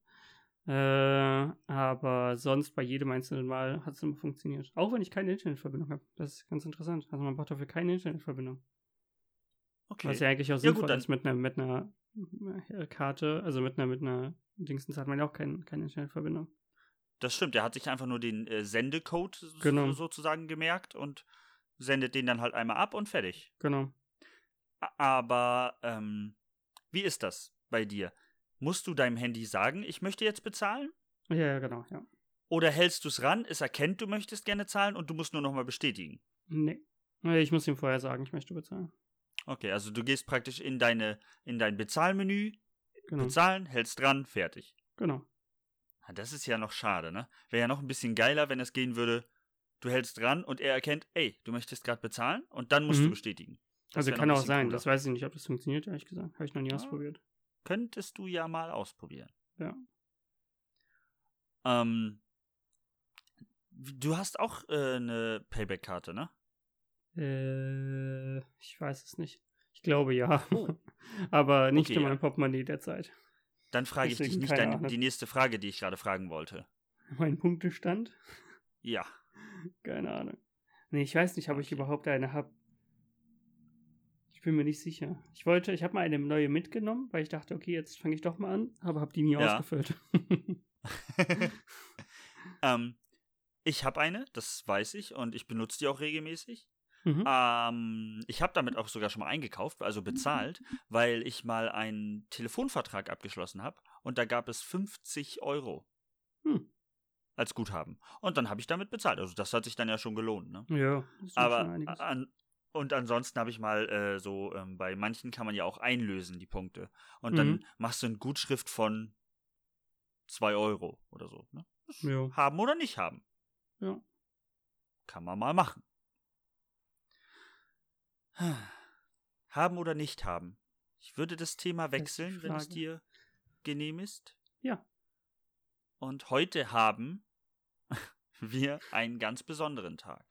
Speaker 1: Äh, aber sonst bei jedem einzelnen Mal hat es immer funktioniert. Auch wenn ich keine Internetverbindung habe. Das ist ganz interessant. Also man braucht dafür keine Internetverbindung.
Speaker 2: Okay.
Speaker 1: Was ja eigentlich auch
Speaker 2: Ja,
Speaker 1: sinnvoll
Speaker 2: gut, dann-
Speaker 1: ist mit einer, mit einer äh, Karte, also mit einer, mit einer Dingsens hat man ja auch kein, keine Internetverbindung.
Speaker 2: das stimmt, er hat sich einfach nur den äh, Sendecode so-
Speaker 1: Genau.
Speaker 2: sozusagen gemerkt und sendet den dann halt einmal ab und fertig.
Speaker 1: Genau.
Speaker 2: A- Aber ähm, wie ist das bei dir? Musst du deinem Handy sagen, ich möchte jetzt bezahlen?
Speaker 1: Ja, ja, genau, ja.
Speaker 2: Oder hältst du es ran, es erkennt, du möchtest gerne zahlen und du musst nur nochmal bestätigen?
Speaker 1: Nee. Nee, Ich muss ihm vorher sagen, ich möchte bezahlen.
Speaker 2: Okay, also du gehst praktisch in, deine, in dein Bezahlmenü,
Speaker 1: Genau.
Speaker 2: bezahlen, hältst dran, fertig.
Speaker 1: Genau.
Speaker 2: Ah, Das ist ja noch schade, ne? Wäre ja noch ein bisschen geiler, wenn es gehen würde, du hältst dran und er erkennt, ey, du möchtest gerade bezahlen und dann musst du
Speaker 1: Mhm.
Speaker 2: bestätigen. Das
Speaker 1: Also
Speaker 2: wär noch
Speaker 1: kann
Speaker 2: ein
Speaker 1: auch
Speaker 2: bisschen
Speaker 1: sein,
Speaker 2: cooler.
Speaker 1: das weiß ich nicht, ob das funktioniert, ehrlich gesagt. Habe ich noch nie
Speaker 2: Ja.
Speaker 1: ausprobiert.
Speaker 2: Könntest du ja mal ausprobieren.
Speaker 1: Ja.
Speaker 2: Ähm, du hast auch äh, eine Payback-Karte, ne?
Speaker 1: Äh, ich weiß es nicht. Ich glaube ja. Aber nicht
Speaker 2: Okay,
Speaker 1: in
Speaker 2: ja.
Speaker 1: meinem Portemonnaie derzeit.
Speaker 2: Dann frage ich dich
Speaker 1: Deswegen
Speaker 2: nicht
Speaker 1: keine
Speaker 2: deine,
Speaker 1: Ahnung.
Speaker 2: die nächste Frage, die ich gerade fragen wollte.
Speaker 1: Mein Punktestand?
Speaker 2: Ja.
Speaker 1: Keine Ahnung. Nee, ich weiß nicht, ob ich
Speaker 2: Okay.
Speaker 1: überhaupt eine habe. Ich bin mir nicht sicher. Ich wollte, ich habe mal eine neue mitgenommen, weil ich dachte, okay, jetzt fange ich doch mal an, aber habe die nie
Speaker 2: Ja.
Speaker 1: ausgefüllt.
Speaker 2: ähm, ich habe eine, das weiß ich, und ich benutze die auch regelmäßig.
Speaker 1: mhm.
Speaker 2: Ähm, ich habe damit auch sogar schon mal eingekauft, also bezahlt, weil ich mal einen Telefonvertrag abgeschlossen habe und da gab es 50 Euro.
Speaker 1: Hm.
Speaker 2: als Guthaben. Und dann habe ich damit bezahlt. Also das hat sich dann ja schon gelohnt. Ne?
Speaker 1: Ja, Hm, das ist schon
Speaker 2: Aber ah.
Speaker 1: einiges.
Speaker 2: an, und ansonsten habe ich mal äh, so, ähm, bei manchen kann man ja auch einlösen, die Punkte. Und dann
Speaker 1: Mhm.
Speaker 2: machst du eine Gutschrift von 2 Euro oder so. Ne?
Speaker 1: Ja.
Speaker 2: Haben oder nicht haben.
Speaker 1: Ja.
Speaker 2: Kann man mal machen. Haben oder nicht haben. Ich würde das Thema
Speaker 1: ist die
Speaker 2: wechseln, wenn es
Speaker 1: Frage.
Speaker 2: dir genehm ist.
Speaker 1: Ja.
Speaker 2: Und heute haben wir einen ganz besonderen Tag.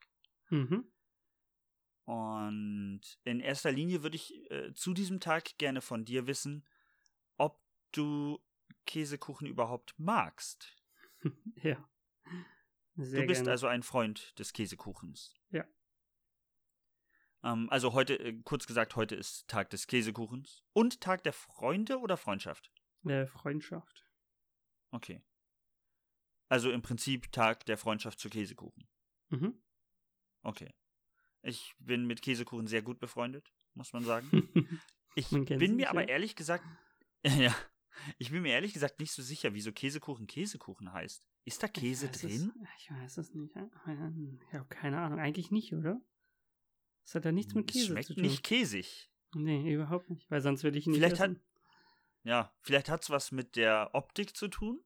Speaker 1: Mhm.
Speaker 2: Und in erster Linie würde ich äh, zu diesem Tag gerne von dir wissen, ob du Käsekuchen überhaupt magst.
Speaker 1: Ja. Sehr
Speaker 2: du bist
Speaker 1: gerne.
Speaker 2: also ein Freund des Käsekuchens.
Speaker 1: Ja.
Speaker 2: Ähm, also heute, äh, kurz gesagt, heute ist Tag des Käsekuchens und Tag der Freunde oder Freundschaft.
Speaker 1: äh, Freundschaft.
Speaker 2: Okay. Also im Prinzip Tag der Freundschaft zu Käsekuchen.
Speaker 1: Mhm.
Speaker 2: Okay. Ich bin mit Käsekuchen sehr gut befreundet, muss man sagen. Ich
Speaker 1: Man
Speaker 2: bin
Speaker 1: kennt
Speaker 2: mir
Speaker 1: sich,
Speaker 2: aber
Speaker 1: ja.
Speaker 2: ehrlich gesagt, ja, ich bin mir ehrlich gesagt nicht so sicher, wieso Käsekuchen Käsekuchen heißt. Ist da Käse
Speaker 1: Ich weiß es-
Speaker 2: drin?
Speaker 1: Ich weiß es nicht. aber Ich habe keine Ahnung. Eigentlich nicht, oder? Das hat ja nichts mit
Speaker 2: Es
Speaker 1: Käse
Speaker 2: Hm, schmeckt
Speaker 1: zu tun.
Speaker 2: nicht käsig.
Speaker 1: Nee, überhaupt nicht. Weil sonst würde ich ihn nicht
Speaker 2: Vielleicht hat,
Speaker 1: essen.
Speaker 2: ja, vielleicht hat's was mit der Optik zu tun.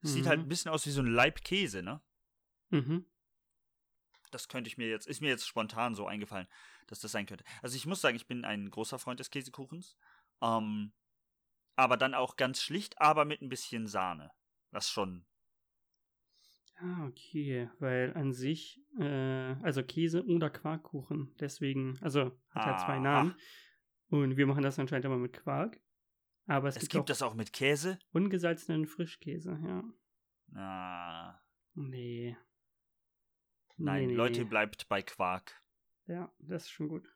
Speaker 2: Es sieht
Speaker 1: Mhm.
Speaker 2: halt ein bisschen aus wie so ein Leib Käse, ne?
Speaker 1: Mhm.
Speaker 2: Das könnte ich mir jetzt, ist mir jetzt spontan so eingefallen, dass das sein könnte. Also ich muss sagen, ich bin ein großer Freund des Käsekuchens. Ähm, aber dann auch ganz schlicht, aber mit ein bisschen Sahne. Das schon.
Speaker 1: Ah, okay. Weil an sich, äh, also Käse oder Quarkkuchen. Deswegen, also hat halt zwei
Speaker 2: Aha.
Speaker 1: Namen. Und wir machen das anscheinend immer mit Quark. Aber es,
Speaker 2: Es, gibt
Speaker 1: auch
Speaker 2: das auch mit Käse.
Speaker 1: ungesalzenen Frischkäse, ja.
Speaker 2: Ah.
Speaker 1: Nee.
Speaker 2: Nein,
Speaker 1: Nee, nee,
Speaker 2: Leute,
Speaker 1: nee.
Speaker 2: bleibt bei Quark.
Speaker 1: Ja, das ist schon gut.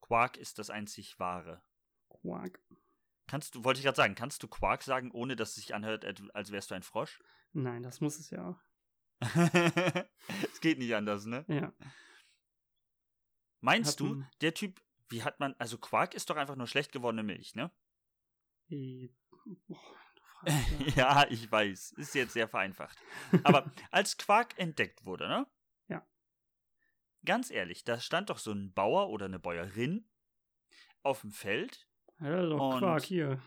Speaker 2: Quark ist das einzig wahre.
Speaker 1: Quark.
Speaker 2: Kannst du, wollte ich gerade sagen, kannst du Quark sagen, ohne dass es sich anhört, et- als wärst du ein Frosch?
Speaker 1: Nein, das muss es ja auch.
Speaker 2: es geht nicht anders, ne?
Speaker 1: Ja.
Speaker 2: Meinst
Speaker 1: Hab
Speaker 2: du,
Speaker 1: n-
Speaker 2: der Typ, wie hat man, also Quark ist doch einfach nur schlecht gewordene Milch, ne?
Speaker 1: Äh, boah, du fragst ja.
Speaker 2: ja, ich weiß, ist jetzt sehr vereinfacht. Aber als Quark entdeckt wurde, ne?
Speaker 1: Ja.
Speaker 2: Ganz ehrlich, da stand doch so ein Bauer oder eine Bäuerin auf dem Feld
Speaker 1: ja, das ist doch
Speaker 2: Und-
Speaker 1: Quark hier.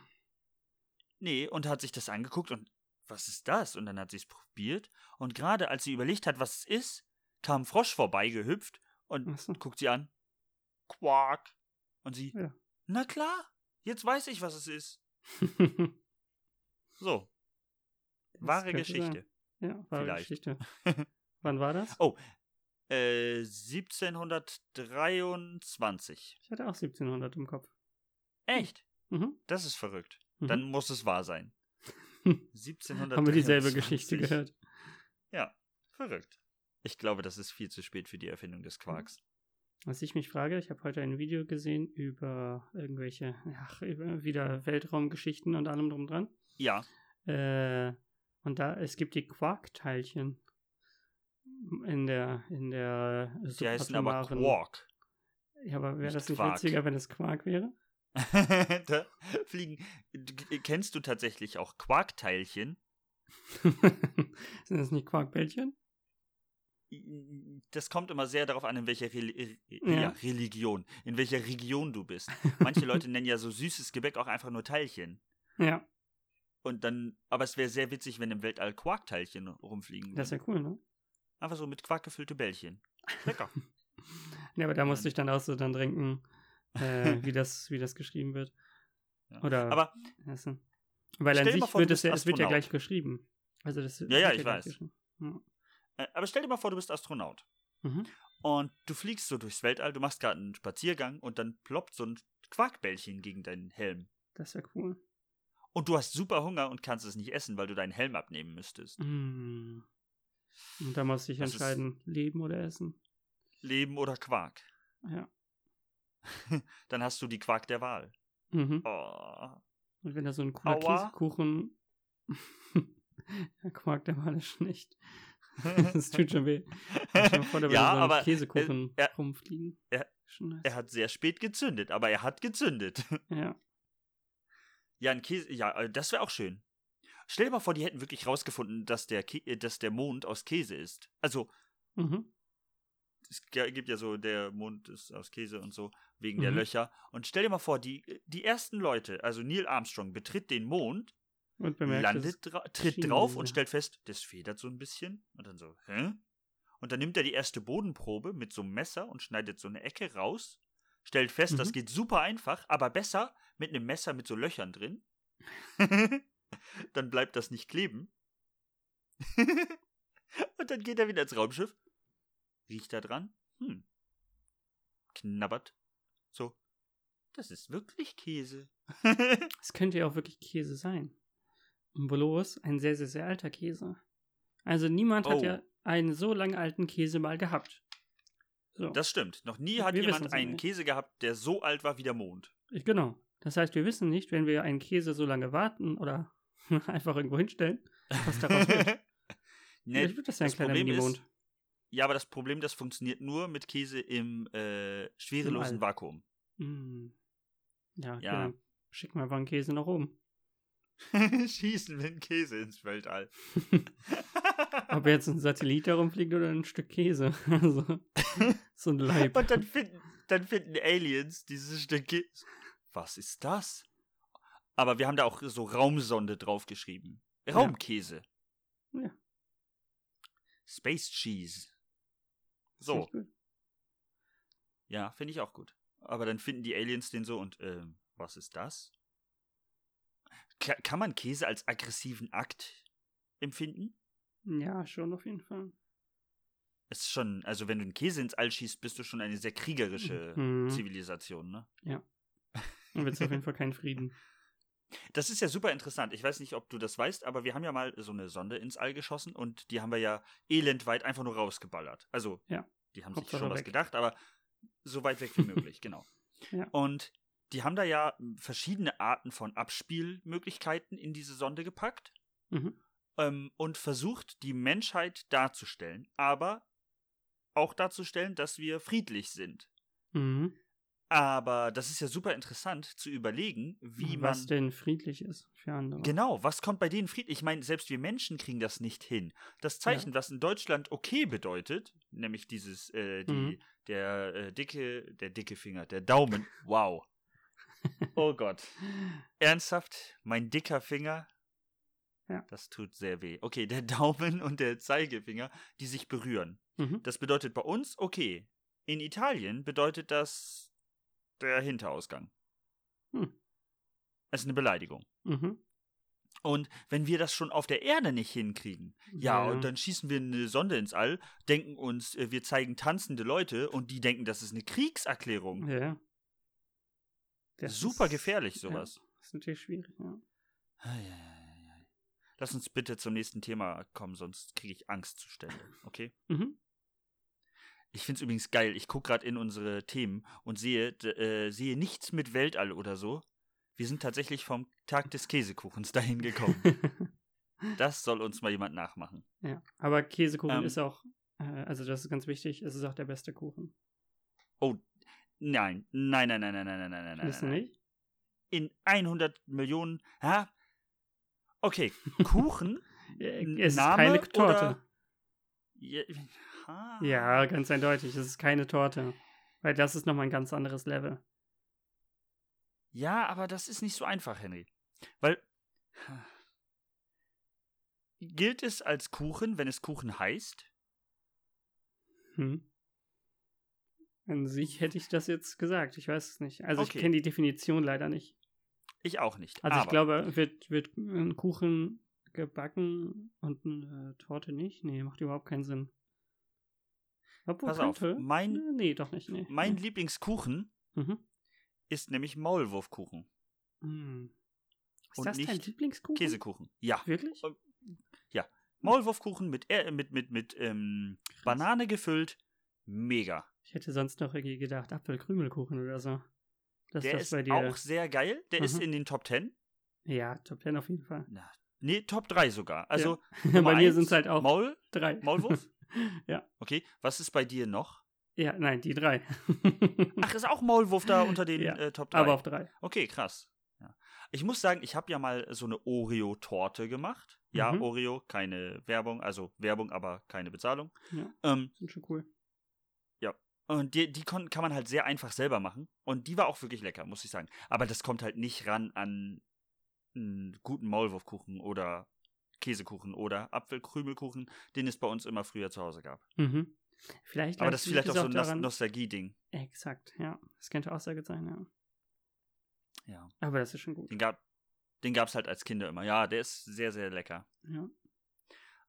Speaker 2: Nee, und hat sich das angeguckt und was ist das? Und dann hat sie es probiert. Und gerade als sie überlegt hat, was es ist, kam ein Frosch vorbei, gehüpft und
Speaker 1: Achso.
Speaker 2: guckt sie an. Quark. Und sie,
Speaker 1: Ja.
Speaker 2: na klar, jetzt weiß ich, was es ist. So, wahre
Speaker 1: könnte sein.
Speaker 2: Geschichte.
Speaker 1: Ja, wahre
Speaker 2: Vielleicht.
Speaker 1: Geschichte. Wann war das?
Speaker 2: Äh, 1723.
Speaker 1: Ich hatte auch 1700 im Kopf.
Speaker 2: Echt?
Speaker 1: Mhm.
Speaker 2: Das ist verrückt.
Speaker 1: Mhm.
Speaker 2: Dann muss es wahr sein.
Speaker 1: Haben
Speaker 2: 1723.
Speaker 1: wir dieselbe Geschichte gehört.
Speaker 2: Verrückt. Ich glaube, das ist viel zu spät für die Erfindung des
Speaker 1: Mhm.
Speaker 2: Quarks.
Speaker 1: Was ich mich frage, ich habe heute ein Video gesehen über irgendwelche, ach, über wieder Weltraumgeschichten und allem drum dran.
Speaker 2: Ja.
Speaker 1: Äh, und da, es gibt die Quarkteilchen in der, in der
Speaker 2: Die heißen aber
Speaker 1: subatomaren-
Speaker 2: Quark.
Speaker 1: Ja, aber wäre
Speaker 2: nicht
Speaker 1: das nicht
Speaker 2: Quark.
Speaker 1: witziger, wenn es Quark wäre?
Speaker 2: da fliegen. D- Kennst du tatsächlich auch Quarkteilchen?
Speaker 1: Sind das nicht Quarkbällchen?
Speaker 2: Das kommt immer sehr darauf an, in welcher Reli ja.
Speaker 1: Ja.
Speaker 2: Ja, Religion, in welcher Region du bist. Manche Leute nennen ja so süßes Gebäck auch einfach nur Teilchen.
Speaker 1: Ja,
Speaker 2: Und dann, aber es wäre sehr witzig, wenn im Weltall Quarkteilchen rumfliegen.
Speaker 1: das
Speaker 2: würden.
Speaker 1: wäre cool, ne?
Speaker 2: Einfach so mit Quark gefüllte Bällchen. Lecker.
Speaker 1: Ja, aber da musste ich dann auch so dann denken, äh, wie, das, wie das geschrieben wird.
Speaker 2: Ja.
Speaker 1: Oder-
Speaker 2: aber
Speaker 1: Weißt du? Weil an
Speaker 2: Stell dir mal
Speaker 1: sich
Speaker 2: vor,
Speaker 1: wird
Speaker 2: du
Speaker 1: es
Speaker 2: bist
Speaker 1: ja, es wird ja
Speaker 2: Astronaut.
Speaker 1: gleich geschrieben. Also das wird
Speaker 2: ja, ich
Speaker 1: gleich
Speaker 2: weiß.
Speaker 1: geschrieben.
Speaker 2: Äh, Aber stell dir mal vor, du bist Astronaut.
Speaker 1: Mhm.
Speaker 2: Und du fliegst so durchs Weltall, du machst gerade einen Spaziergang und dann ploppt so ein Quarkbällchen gegen deinen Helm.
Speaker 1: Das wäre cool.
Speaker 2: Und du hast super Hunger und kannst es nicht essen, weil du deinen Helm abnehmen müsstest.
Speaker 1: Mm. Und da musst du dich
Speaker 2: Das ist-
Speaker 1: entscheiden, leben oder essen.
Speaker 2: Leben oder Quark.
Speaker 1: Ja.
Speaker 2: Dann hast du die Quark der Wahl.
Speaker 1: Mhm.
Speaker 2: Oh.
Speaker 1: Und wenn da so ein cooler
Speaker 2: Aua.
Speaker 1: Käsekuchen. da quakt der mal schlecht. Das tut schon weh. Stell dir mal vor, da würde
Speaker 2: ja,
Speaker 1: so ein
Speaker 2: aber äh,
Speaker 1: Käsekuchen
Speaker 2: er-
Speaker 1: rumfliegen.
Speaker 2: er-
Speaker 1: Schon nice.
Speaker 2: er hat sehr spät gezündet, aber er hat gezündet.
Speaker 1: ja.
Speaker 2: Ja, ein Käse, ja, äh, das wäre auch schön. Stell dir mal vor, die hätten wirklich rausgefunden, dass der, Kä äh, dass der Mond aus Käse ist. Also,
Speaker 1: Mhm.
Speaker 2: es g- gibt ja so, der Mond ist aus Käse und so, wegen der
Speaker 1: Mhm.
Speaker 2: Löcher. Und stell dir mal vor, die, äh, die ersten Leute, also Neil Armstrong, betritt den Mond
Speaker 1: Und bemerkt,
Speaker 2: landet,
Speaker 1: dass-
Speaker 2: dra- tritt
Speaker 1: China,
Speaker 2: drauf und
Speaker 1: ja.
Speaker 2: stellt fest, das federt so ein bisschen. Und dann so, hä? Und dann nimmt er die erste Bodenprobe mit so einem Messer und schneidet so eine Ecke raus. Stellt fest, das
Speaker 1: Mhm.
Speaker 2: geht super einfach, aber besser mit einem Messer mit so Löchern drin. dann bleibt das nicht kleben. und dann geht er wieder ins Raumschiff. Riecht da dran. Hm. Knabbert. So. Das ist wirklich Käse.
Speaker 1: Es könnte ja auch wirklich Käse sein. Bloß ein sehr, sehr, sehr alter Käse. Also niemand hat
Speaker 2: Oh.
Speaker 1: ja einen so lange alten Käse mal gehabt. So.
Speaker 2: Das stimmt. Noch nie
Speaker 1: Wir
Speaker 2: hat
Speaker 1: wissen's
Speaker 2: jemand
Speaker 1: ja
Speaker 2: einen
Speaker 1: nicht.
Speaker 2: Käse gehabt, der so alt war wie der Mond.
Speaker 1: Genau. Das heißt, wir wissen nicht, wenn wir einen Käse so lange warten oder einfach irgendwo hinstellen, was daraus wird.
Speaker 2: ne,
Speaker 1: Vielleicht wird das ja ein
Speaker 2: das
Speaker 1: kleiner
Speaker 2: Problem ist,
Speaker 1: Minimond.
Speaker 2: ja, aber das Problem, das funktioniert nur mit Käse im äh, schwerelosen
Speaker 1: Im All.
Speaker 2: Vakuum.
Speaker 1: Mm. Ja, genau. okay,
Speaker 2: Ja.
Speaker 1: dann schicken wir einfach einen Käse nach oben.
Speaker 2: Schießen wir einen Käse ins Weltall.
Speaker 1: Ob jetzt ein Satellit herumfliegt oder ein Stück Käse. Also, so ein Leib.
Speaker 2: Und dann finden, dann finden Aliens dieses Stück Käse. Was ist das? Aber wir haben da auch so Raumsonde draufgeschrieben. Raumkäse.
Speaker 1: Ja.
Speaker 2: Space Cheese.
Speaker 1: Finde
Speaker 2: So.
Speaker 1: ich gut.
Speaker 2: Ja, finde ich auch gut. Aber dann finden die Aliens den so und, ähm, was ist das? Ka kann man Käse als aggressiven Akt empfinden?
Speaker 1: Ja, schon auf jeden Fall.
Speaker 2: Es ist schon, also wenn du einen Käse ins All schießt, bist du schon eine sehr kriegerische
Speaker 1: Mhm.
Speaker 2: Zivilisation, ne?
Speaker 1: Dann wird es auf jeden Fall keinen Frieden.
Speaker 2: Das ist ja super interessant. Ich weiß nicht, ob du das weißt, aber wir haben ja mal so eine Sonde ins All geschossen und die haben wir ja elendweit einfach nur rausgeballert. Also,
Speaker 1: Ja.
Speaker 2: die haben sich
Speaker 1: Hauptsache
Speaker 2: schon was
Speaker 1: weg.
Speaker 2: gedacht, aber so weit weg wie möglich, genau.
Speaker 1: Ja.
Speaker 2: Und die haben da ja verschiedene Arten von Abspielmöglichkeiten in diese Sonde gepackt
Speaker 1: Mhm.
Speaker 2: ähm, und versucht, die Menschheit darzustellen, aber auch darzustellen, dass wir friedlich sind.
Speaker 1: Mhm.
Speaker 2: Aber das ist ja super interessant zu überlegen, wie man.
Speaker 1: Was denn friedlich ist für andere.
Speaker 2: Genau, was kommt bei denen Frieden? Ich meine, selbst wir Menschen kriegen das nicht hin. Das Zeichen, was in Deutschland okay bedeutet, nämlich dieses, äh, die,
Speaker 1: Mhm.
Speaker 2: der äh, dicke, der dicke Finger, der Daumen. Wow. Oh Gott. Ernsthaft, mein dicker Finger.
Speaker 1: Ja.
Speaker 2: Das tut sehr weh. Okay, der Daumen und der Zeigefinger, die sich berühren.
Speaker 1: Mhm.
Speaker 2: Das bedeutet bei uns, okay. In Italien bedeutet das der Hinterausgang.
Speaker 1: Hm.
Speaker 2: Das ist eine Beleidigung.
Speaker 1: Mhm.
Speaker 2: Und wenn wir das schon auf der Erde nicht hinkriegen, ja, und dann schießen wir eine Sonde ins All, denken uns, äh, wir zeigen tanzende Leute und die denken, das ist eine Kriegserklärung.
Speaker 1: Ja, Ja. Das
Speaker 2: Super
Speaker 1: ist-
Speaker 2: gefährlich, sowas.
Speaker 1: Ja, ist natürlich schwierig, ja.
Speaker 2: Eieieiei. Lass uns bitte zum nächsten Thema kommen, sonst kriege ich Angstzustände, okay?
Speaker 1: Mhm.
Speaker 2: Ich find's übrigens geil, ich gucke gerade in unsere Themen und sehe, d- äh, sehe nichts mit Weltall oder so. Wir sind tatsächlich vom Tag des Käsekuchens dahin gekommen. Das soll uns mal jemand nachmachen.
Speaker 1: ja. Aber Käsekuchen
Speaker 2: Ähm.
Speaker 1: ist auch, äh, also das ist ganz wichtig, es ist auch der beste Kuchen.
Speaker 2: Oh, Nein, nein, nein, nein, nein, nein, nein, nein, nein, nein.
Speaker 1: Findest du
Speaker 2: nein.
Speaker 1: nicht?
Speaker 2: in 100 Millionen. Ha? Okay, Kuchen? N-
Speaker 1: Äh, Es
Speaker 2: Name
Speaker 1: ist keine Torte.
Speaker 2: oder- ja, ha.
Speaker 1: Ja, ganz eindeutig, es ist keine Torte. Weil das ist nochmal ein ganz anderes Level.
Speaker 2: ja, aber das ist nicht so einfach, Henry. Weil. Gilt es als Kuchen, wenn es Kuchen heißt?
Speaker 1: Hm. An sich hätte ich das jetzt gesagt, ich weiß es nicht. Also
Speaker 2: Okay.
Speaker 1: ich kenne die Definition leider nicht.
Speaker 2: Ich auch nicht.
Speaker 1: Also
Speaker 2: aber
Speaker 1: ich glaube, wird, wird ein Kuchen gebacken und eine äh, Torte nicht? Nee, macht überhaupt keinen Sinn. Obwohl,
Speaker 2: Pass auf,
Speaker 1: könnte. Hm. Äh,
Speaker 2: mein-
Speaker 1: Nee, doch nicht. Nee.
Speaker 2: Mein
Speaker 1: nee.
Speaker 2: Lieblingskuchen
Speaker 1: Mhm.
Speaker 2: ist nämlich Maulwurfkuchen.
Speaker 1: Hm. Ist
Speaker 2: Und
Speaker 1: das dein
Speaker 2: nicht
Speaker 1: Lieblingskuchen?
Speaker 2: Käsekuchen. Ja.
Speaker 1: Wirklich?
Speaker 2: Und- Maulwurfkuchen mit, äh, mit, mit, mit ähm, Banane gefüllt. Mega.
Speaker 1: Ich hätte sonst noch irgendwie gedacht, Apfelkrümelkuchen oder so. Dass
Speaker 2: Der
Speaker 1: das
Speaker 2: ist
Speaker 1: bei dir.
Speaker 2: auch sehr geil. Der ist
Speaker 1: Mhm.
Speaker 2: in den Top 10.
Speaker 1: Ja, Top Ten auf jeden Fall.
Speaker 2: Na, nee, Top 3 sogar. Also Nummer
Speaker 1: bei mir
Speaker 2: eins,
Speaker 1: sind es halt auch
Speaker 2: Maul,
Speaker 1: drei.
Speaker 2: Maulwurf?
Speaker 1: Ja.
Speaker 2: Okay, was ist bei dir noch?
Speaker 1: ja, nein, die drei.
Speaker 2: Ach, ist auch Maulwurf da unter den
Speaker 1: Hm. Ja,
Speaker 2: äh, Top 3.
Speaker 1: Aber auf drei.
Speaker 2: okay, krass. Ja. Ich muss sagen, ich habe ja mal so eine Oreo-Torte gemacht. Ja,
Speaker 1: Mhm.
Speaker 2: Oreo, keine Werbung, also Werbung, aber keine Bezahlung.
Speaker 1: Ja.
Speaker 2: Ähm,
Speaker 1: Sind schon cool.
Speaker 2: und die, die kon kann man halt sehr einfach selber machen. Und die war auch wirklich lecker, muss ich sagen. Aber das kommt halt nicht ran an einen guten Maulwurfkuchen oder Käsekuchen oder Apfelkrümelkuchen, den es bei uns immer früher zu Hause gab.
Speaker 1: Mhm. Vielleicht lag
Speaker 2: Aber das
Speaker 1: es,
Speaker 2: ist
Speaker 1: wie
Speaker 2: vielleicht auch so ein
Speaker 1: gesagt,
Speaker 2: Nos
Speaker 1: daran-
Speaker 2: Nostalgie-Ding.
Speaker 1: Exakt, ja. Das könnte Aussage sein, ja.
Speaker 2: Ja.
Speaker 1: Aber das ist schon gut.
Speaker 2: Den gab den gab's halt als Kinder immer. Ja, der ist sehr, sehr lecker.
Speaker 1: Ja.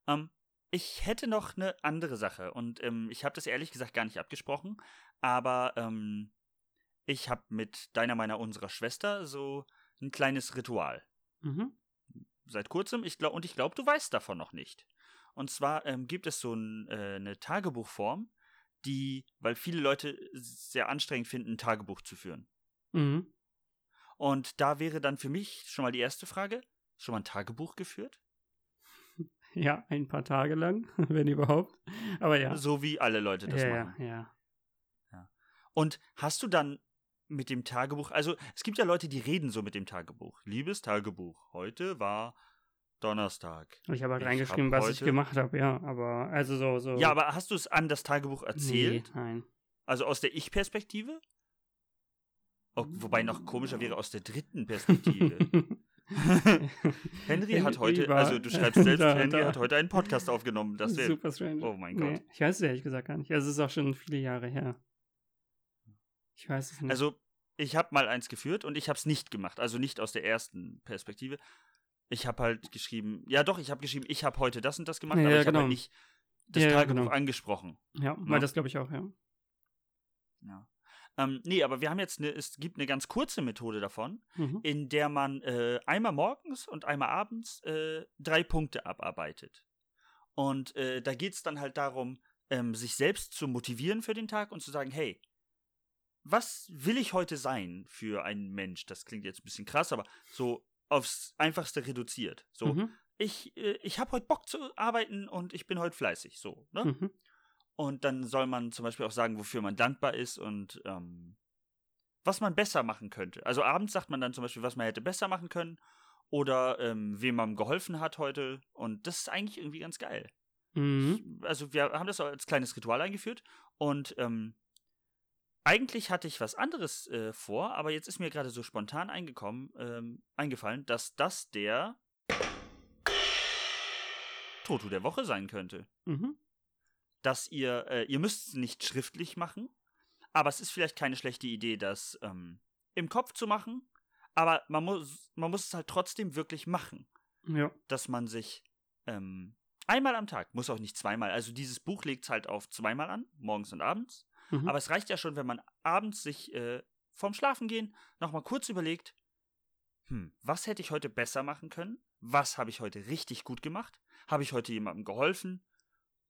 Speaker 2: Ähm, ich hätte noch eine andere Sache und ähm, ich habe das ehrlich gesagt gar nicht abgesprochen, aber ähm, ich habe mit deiner, meiner, unserer Schwester so ein kleines Ritual.
Speaker 1: Mhm.
Speaker 2: seit kurzem, ich glaub, und ich glaube, du weißt davon noch nicht. Und zwar ähm, gibt es so ein, äh, eine Tagebuchform, die, weil viele Leute es sehr anstrengend finden, ein Tagebuch zu führen.
Speaker 1: Mhm.
Speaker 2: Und da wäre dann für mich schon mal die erste Frage, schon mal ein Tagebuch geführt?
Speaker 1: Ja, ein paar Tage lang, wenn überhaupt. Aber ja.
Speaker 2: So wie alle Leute das
Speaker 1: ja,
Speaker 2: machen.
Speaker 1: ja, ja.
Speaker 2: Und hast du dann mit dem Tagebuch, also es gibt ja Leute, die reden so mit dem Tagebuch. Liebes Tagebuch, heute war Donnerstag.
Speaker 1: Ich habe halt
Speaker 2: Ich
Speaker 1: reingeschrieben,
Speaker 2: hab
Speaker 1: was ich
Speaker 2: heute-
Speaker 1: gemacht habe, ja. Aber, also so, so.
Speaker 2: Ja, aber hast du es an das Tagebuch erzählt?
Speaker 1: Nee, nein.
Speaker 2: Also aus der Ich-Perspektive? Oh, wobei noch komischer wäre aus der dritten Perspektive. Henry hat heute,
Speaker 1: Lieber,
Speaker 2: also du schreibst
Speaker 1: äh,
Speaker 2: selbst,
Speaker 1: da,
Speaker 2: Henry
Speaker 1: da.
Speaker 2: hat heute einen Podcast aufgenommen. Das wäre.
Speaker 1: Super strange.
Speaker 2: Oh mein Gott.
Speaker 1: ich weiß es ehrlich gesagt gar nicht. Also, Es ist auch schon viele Jahre her. Ich weiß es nicht.
Speaker 2: Also ich habe mal eins geführt und ich habe es nicht gemacht. Also nicht aus der ersten Perspektive. Ich habe halt geschrieben, ja doch, ich habe geschrieben, ich habe heute das und das gemacht,
Speaker 1: Ja,
Speaker 2: aber
Speaker 1: ja,
Speaker 2: ich habe
Speaker 1: genau.
Speaker 2: halt nicht das
Speaker 1: Ja, ja,
Speaker 2: Tagebuch
Speaker 1: genau.
Speaker 2: angesprochen.
Speaker 1: ja,
Speaker 2: ne?
Speaker 1: weil das glaube ich auch, ja.
Speaker 2: Ähm, nee, aber wir haben jetzt, eine, es gibt eine ganz kurze Methode davon.
Speaker 1: Mhm.
Speaker 2: in der man äh, einmal morgens und einmal abends äh, drei Punkte abarbeitet. Und äh, da geht es dann halt darum, ähm, sich selbst zu motivieren für den Tag und zu sagen, hey, was will ich heute sein für einen Mensch? Das klingt jetzt ein bisschen krass, aber so aufs einfachste reduziert. So,
Speaker 1: Mhm.
Speaker 2: ich, äh, ich habe heute Bock zu arbeiten und ich bin heute fleißig. So, ne?
Speaker 1: Mhm.
Speaker 2: Und dann soll man zum Beispiel auch sagen, wofür man dankbar ist und ähm, was man besser machen könnte. Also abends sagt man dann zum Beispiel, was man hätte besser machen können oder ähm, wem man geholfen hat heute. Und das ist eigentlich irgendwie ganz geil.
Speaker 1: Mhm.
Speaker 2: Also wir haben das als kleines Ritual eingeführt und ähm, eigentlich hatte ich was anderes äh, vor, aber jetzt ist mir gerade so spontan eingekommen, ähm, eingefallen, dass das der Toto der Woche sein könnte
Speaker 1: Mhm.
Speaker 2: dass ihr, äh, ihr müsst es nicht schriftlich machen, aber es ist vielleicht keine schlechte Idee, das ähm, im Kopf zu machen, aber man muss, man muss es halt trotzdem wirklich machen,
Speaker 1: Ja.
Speaker 2: dass man sich ähm, einmal am Tag, muss auch nicht zweimal, also dieses Buch legt es halt auf zweimal an, morgens und abends,
Speaker 1: Mhm.
Speaker 2: aber es reicht ja schon, wenn man abends sich äh, vorm Schlafengehen nochmal kurz überlegt, hm, was hätte ich heute besser machen können? Was habe ich heute richtig gut gemacht? Habe ich heute jemandem geholfen?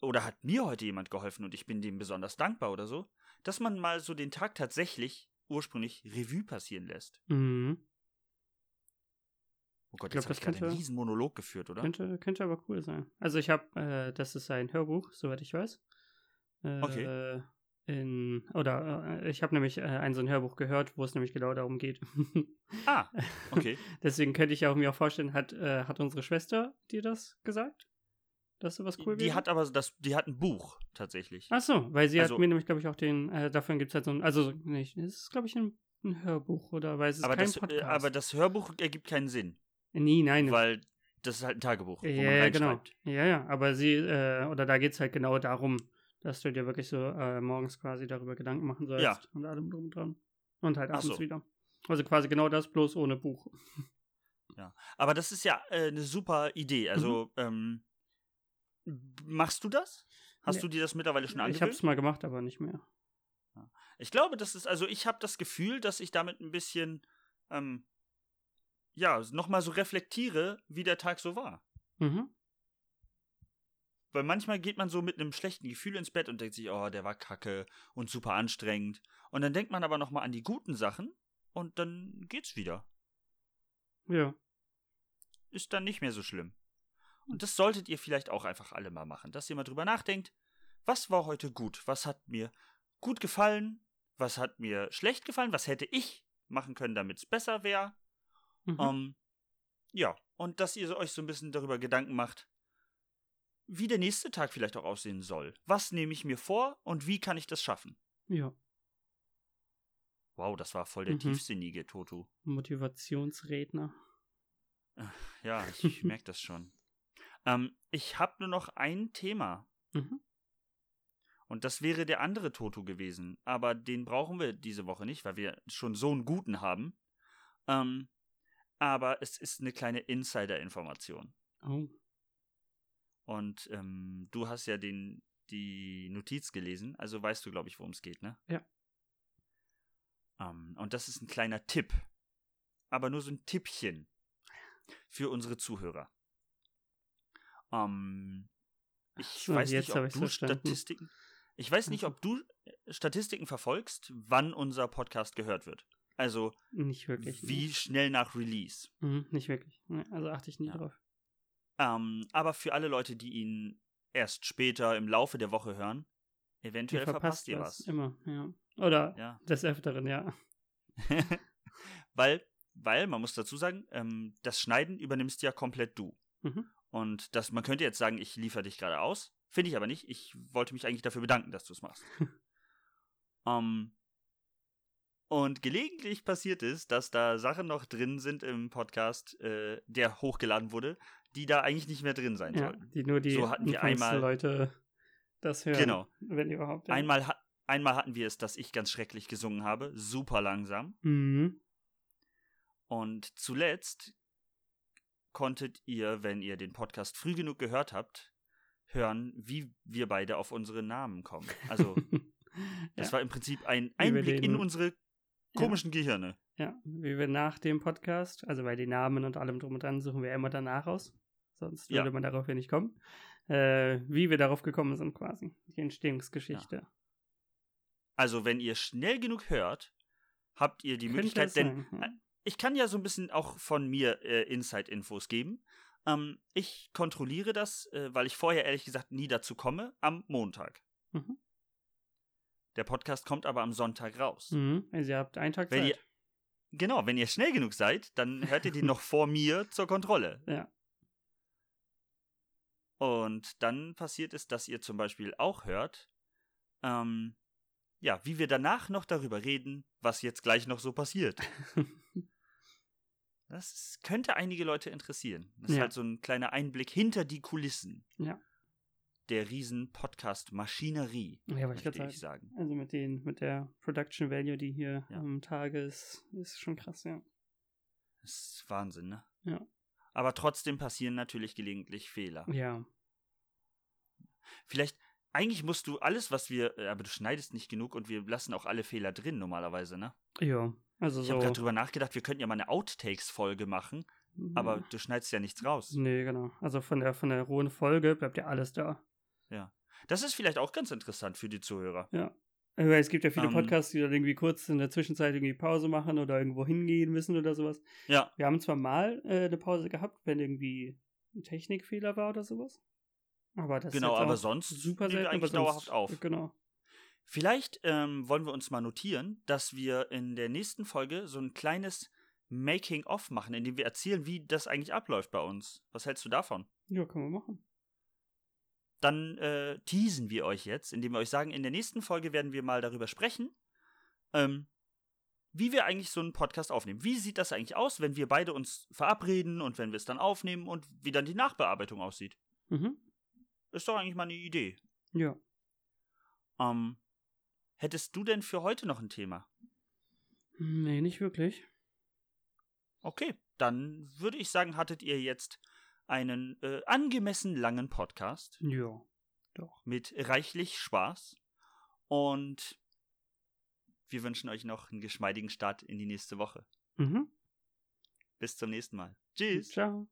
Speaker 2: Oder hat mir heute jemand geholfen und ich bin dem besonders dankbar oder so? Dass man mal so den Tag tatsächlich ursprünglich Revue passieren lässt.
Speaker 1: mhm.
Speaker 2: Oh Gott,
Speaker 1: Ich glaub,
Speaker 2: jetzt habe
Speaker 1: das
Speaker 2: ich gerade einen
Speaker 1: könnte-
Speaker 2: riesen Monolog geführt, oder?
Speaker 1: Könnte, könnte aber cool sein. Also ich habe, äh, das ist ein Hörbuch, soweit ich weiß. Äh,
Speaker 2: Okay.
Speaker 1: In, oder äh, ich habe nämlich äh, ein so ein Hörbuch gehört, wo es nämlich genau darum geht.
Speaker 2: Ah, okay.
Speaker 1: Deswegen könnte ich auch mir auch vorstellen, hat, äh, hat unsere Schwester dir das gesagt? Dass sowas cool
Speaker 2: die
Speaker 1: wäre?
Speaker 2: hat aber das, die hat ein Buch tatsächlich.
Speaker 1: Ach so, weil sie
Speaker 2: Also-
Speaker 1: hat mir nämlich, glaube ich, auch den, äh, davon gibt es halt so ein, also so- nicht, es ist, glaube ich, ein, ein Hörbuch oder weil es ist
Speaker 2: aber,
Speaker 1: kein
Speaker 2: das, äh,
Speaker 1: Podcast. Äh,
Speaker 2: aber das Hörbuch ergibt keinen Sinn,
Speaker 1: nee, nein,
Speaker 2: weil das ist halt ein Tagebuch, wo man
Speaker 1: Ja, genau.
Speaker 2: reinschreibt.
Speaker 1: Ja, ja, aber sie, äh, oder da geht es halt genau darum, dass du dir wirklich so äh, morgens quasi darüber Gedanken machen sollst
Speaker 2: Ja.
Speaker 1: und allem drum und dran. Und halt
Speaker 2: Ach
Speaker 1: abends
Speaker 2: so.
Speaker 1: wieder. Also quasi genau das, bloß ohne Buch.
Speaker 2: Aber das ist ja äh, eine super Idee. Also, ähm, b- machst du das? Hast
Speaker 1: Nee.
Speaker 2: du dir das mittlerweile schon
Speaker 1: Hm, ich habe
Speaker 2: angewöhnt?
Speaker 1: es mal gemacht, aber nicht mehr.
Speaker 2: Ich, glaube, das ist, also ich habe das Gefühl, dass ich damit ein bisschen, ähm, ja, nochmal so reflektiere, wie der Tag so war.
Speaker 1: Mhm.
Speaker 2: Weil manchmal geht man so mit einem schlechten Gefühl ins Bett und denkt sich, oh, der war kacke und super anstrengend. Und dann denkt man aber nochmal an die guten Sachen und dann geht's wieder.
Speaker 1: Ja.
Speaker 2: ist dann nicht mehr so schlimm.
Speaker 1: Hm.
Speaker 2: Und das solltet ihr vielleicht auch einfach alle mal machen, dass ihr mal drüber nachdenkt, was war heute gut, was hat mir gut gefallen, was hat mir schlecht gefallen, was hätte ich machen können, damit es besser wäre.
Speaker 1: Mhm.
Speaker 2: Ähm, ja, und dass ihr euch so ein bisschen darüber Gedanken macht, wie der nächste Tag vielleicht auch aussehen soll. Was nehme ich mir vor und wie kann ich das schaffen?
Speaker 1: ja.
Speaker 2: Wow, das war voll der
Speaker 1: Mhm.
Speaker 2: tiefsinnige Toto.
Speaker 1: Motivationsredner.
Speaker 2: Ja, ich merke das schon. Ähm, ich habe nur noch ein Thema.
Speaker 1: Mhm.
Speaker 2: Und das wäre der andere Toto gewesen. Aber den brauchen wir diese Woche nicht, weil wir schon so einen guten haben. Ähm, aber es ist eine kleine Insider-Information.
Speaker 1: Oh.
Speaker 2: Und ähm, du hast ja den, die Notiz gelesen, also weißt du, glaube ich, worum es geht, ne?
Speaker 1: Ja.
Speaker 2: Ähm, und das ist ein kleiner Tipp. Aber nur so ein Tippchen für unsere Zuhörer. Ähm, ich
Speaker 1: so,
Speaker 2: weiß
Speaker 1: jetzt
Speaker 2: nicht,
Speaker 1: hab
Speaker 2: ob
Speaker 1: ich's
Speaker 2: du
Speaker 1: verstanden.
Speaker 2: Statistiken. Ich weiß nicht,
Speaker 1: Mhm.
Speaker 2: ob du Statistiken verfolgst, wann unser Podcast gehört wird. Also
Speaker 1: Nicht wirklich. ne.
Speaker 2: wie schnell nach Release.
Speaker 1: Mhm, nicht wirklich. Ne, Also achte ich nie
Speaker 2: Ja.
Speaker 1: drauf.
Speaker 2: Ähm, aber für alle Leute, die ihn erst später im Laufe der Woche hören, eventuell verpasst, ihr was.
Speaker 1: Immer, ja. Oder
Speaker 2: Ja.
Speaker 1: des Öfteren, ja.
Speaker 2: weil, weil, man muss dazu sagen, ähm, das Schneiden übernimmst ja komplett du.
Speaker 1: Mhm.
Speaker 2: Und das, man könnte jetzt sagen, ich liefere dich gerade aus. Finde ich aber nicht. Ich wollte mich eigentlich dafür bedanken, dass du es machst. ähm, und gelegentlich passiert es, dass da Sachen noch drin sind im Podcast, äh, der hochgeladen wurde, die da eigentlich nicht mehr drin sein
Speaker 1: ja
Speaker 2: sollten.
Speaker 1: die nur die
Speaker 2: So hatten wir
Speaker 1: einfachsten
Speaker 2: einmal-
Speaker 1: Leute das hören.
Speaker 2: Genau.
Speaker 1: Wenn überhaupt. ja.
Speaker 2: Einmal, ha einmal hatten wir es, dass ich ganz schrecklich gesungen habe, super langsam.
Speaker 1: Mhm.
Speaker 2: Und zuletzt konntet ihr, wenn ihr den Podcast früh genug gehört habt, hören, wie wir beide auf unsere Namen kommen. Also, das
Speaker 1: ja.
Speaker 2: war im Prinzip ein Einblick in
Speaker 1: den-
Speaker 2: unsere komischen Gehirne.
Speaker 1: ja, wie wir nach dem Podcast, also bei den Namen und allem drum und dran, suchen wir immer danach aus. Sonst
Speaker 2: Ja.
Speaker 1: würde man darauf ja nicht kommen. Äh, wie wir darauf gekommen sind, quasi. Die Entstehungsgeschichte.
Speaker 2: Also, wenn ihr schnell genug hört, habt ihr die
Speaker 1: Könnte es
Speaker 2: Möglichkeit, denn Äh,
Speaker 1: sein, ja.
Speaker 2: ich kann ja so ein bisschen auch von mir äh, Inside-Infos geben. Ähm, ich kontrolliere das, äh, weil ich vorher ehrlich gesagt nie dazu komme, am Montag.
Speaker 1: Mhm.
Speaker 2: Der Podcast kommt aber am Sonntag raus.
Speaker 1: Mhm. Also ihr habt einen Tag
Speaker 2: Wenn
Speaker 1: Zeit.
Speaker 2: Genau, wenn ihr schnell genug seid, dann hört ihr den noch vor mir zur Kontrolle.
Speaker 1: Ja.
Speaker 2: Und dann passiert es, dass ihr zum Beispiel auch hört, ähm, ja, wie wir danach noch darüber reden, was jetzt gleich noch so passiert. Das ist- könnte einige Leute interessieren. Das ist
Speaker 1: Ja.
Speaker 2: halt so ein kleiner Einblick hinter die Kulissen
Speaker 1: Ja.
Speaker 2: der riesen Podcast-Maschinerie,
Speaker 1: ja, wollte ich gerade
Speaker 2: möchte
Speaker 1: sagen.
Speaker 2: ich sagen.
Speaker 1: Also mit den, mit der Production Value, die hier
Speaker 2: Ja.
Speaker 1: am Tage ist, ist schon krass, ja.
Speaker 2: Das ist Wahnsinn, ne?
Speaker 1: Ja.
Speaker 2: Aber trotzdem passieren natürlich gelegentlich Fehler.
Speaker 1: Ja.
Speaker 2: Vielleicht, eigentlich musst du alles, was wir, äh, aber du schneidest nicht genug und wir lassen auch alle Fehler drin normalerweise, ne?
Speaker 1: Ja. Also
Speaker 2: Ich
Speaker 1: so.
Speaker 2: habe gerade drüber nachgedacht, wir könnten ja mal eine Outtakes-Folge machen, aber du schneidest ja nichts raus.
Speaker 1: mhm. Nee, genau. Also von der von der rohen Folge bleibt ja alles da.
Speaker 2: Das ist vielleicht auch ganz interessant für die Zuhörer.
Speaker 1: Äh, weil Es gibt ja viele
Speaker 2: Ähm.
Speaker 1: Podcasts, die dann irgendwie kurz in der Zwischenzeit irgendwie Pause machen oder irgendwo hingehen müssen oder sowas.
Speaker 2: Ja,
Speaker 1: Wir haben zwar mal äh, eine Pause gehabt, wenn irgendwie ein Technikfehler war oder sowas. Aber das
Speaker 2: genau,
Speaker 1: ist jetzt
Speaker 2: aber
Speaker 1: auch
Speaker 2: sonst
Speaker 1: super selten.
Speaker 2: nehmen wir
Speaker 1: aber
Speaker 2: eigentlich
Speaker 1: sonst-
Speaker 2: dauerhaft auf.
Speaker 1: Genau.
Speaker 2: Vielleicht ähm, wollen wir uns mal notieren, dass wir in der nächsten Folge so ein kleines Making-of machen, in dem wir erzählen, wie das eigentlich abläuft bei uns. Was hältst du davon?
Speaker 1: Ja, kann man machen.
Speaker 2: dann äh, teasen wir euch jetzt, indem wir euch sagen, in der nächsten Folge werden wir mal darüber sprechen, ähm, wie wir eigentlich so einen Podcast aufnehmen. Wie sieht das eigentlich aus, wenn wir beide uns verabreden und wenn wir es dann aufnehmen und wie dann die Nachbearbeitung aussieht?
Speaker 1: Mhm.
Speaker 2: Ist doch eigentlich mal eine Idee.
Speaker 1: Ja.
Speaker 2: Ähm, hättest du denn für heute noch ein Thema?
Speaker 1: Hm, Nee, nicht wirklich.
Speaker 2: Okay, dann würde ich sagen, hattet ihr jetzt einen äh, angemessen langen Podcast.
Speaker 1: Ja.
Speaker 2: mit reichlich Spaß und wir wünschen euch noch einen geschmeidigen Start in die nächste Woche.
Speaker 1: Mhm.
Speaker 2: Bis zum nächsten Mal. Tschüss.
Speaker 1: Ciao.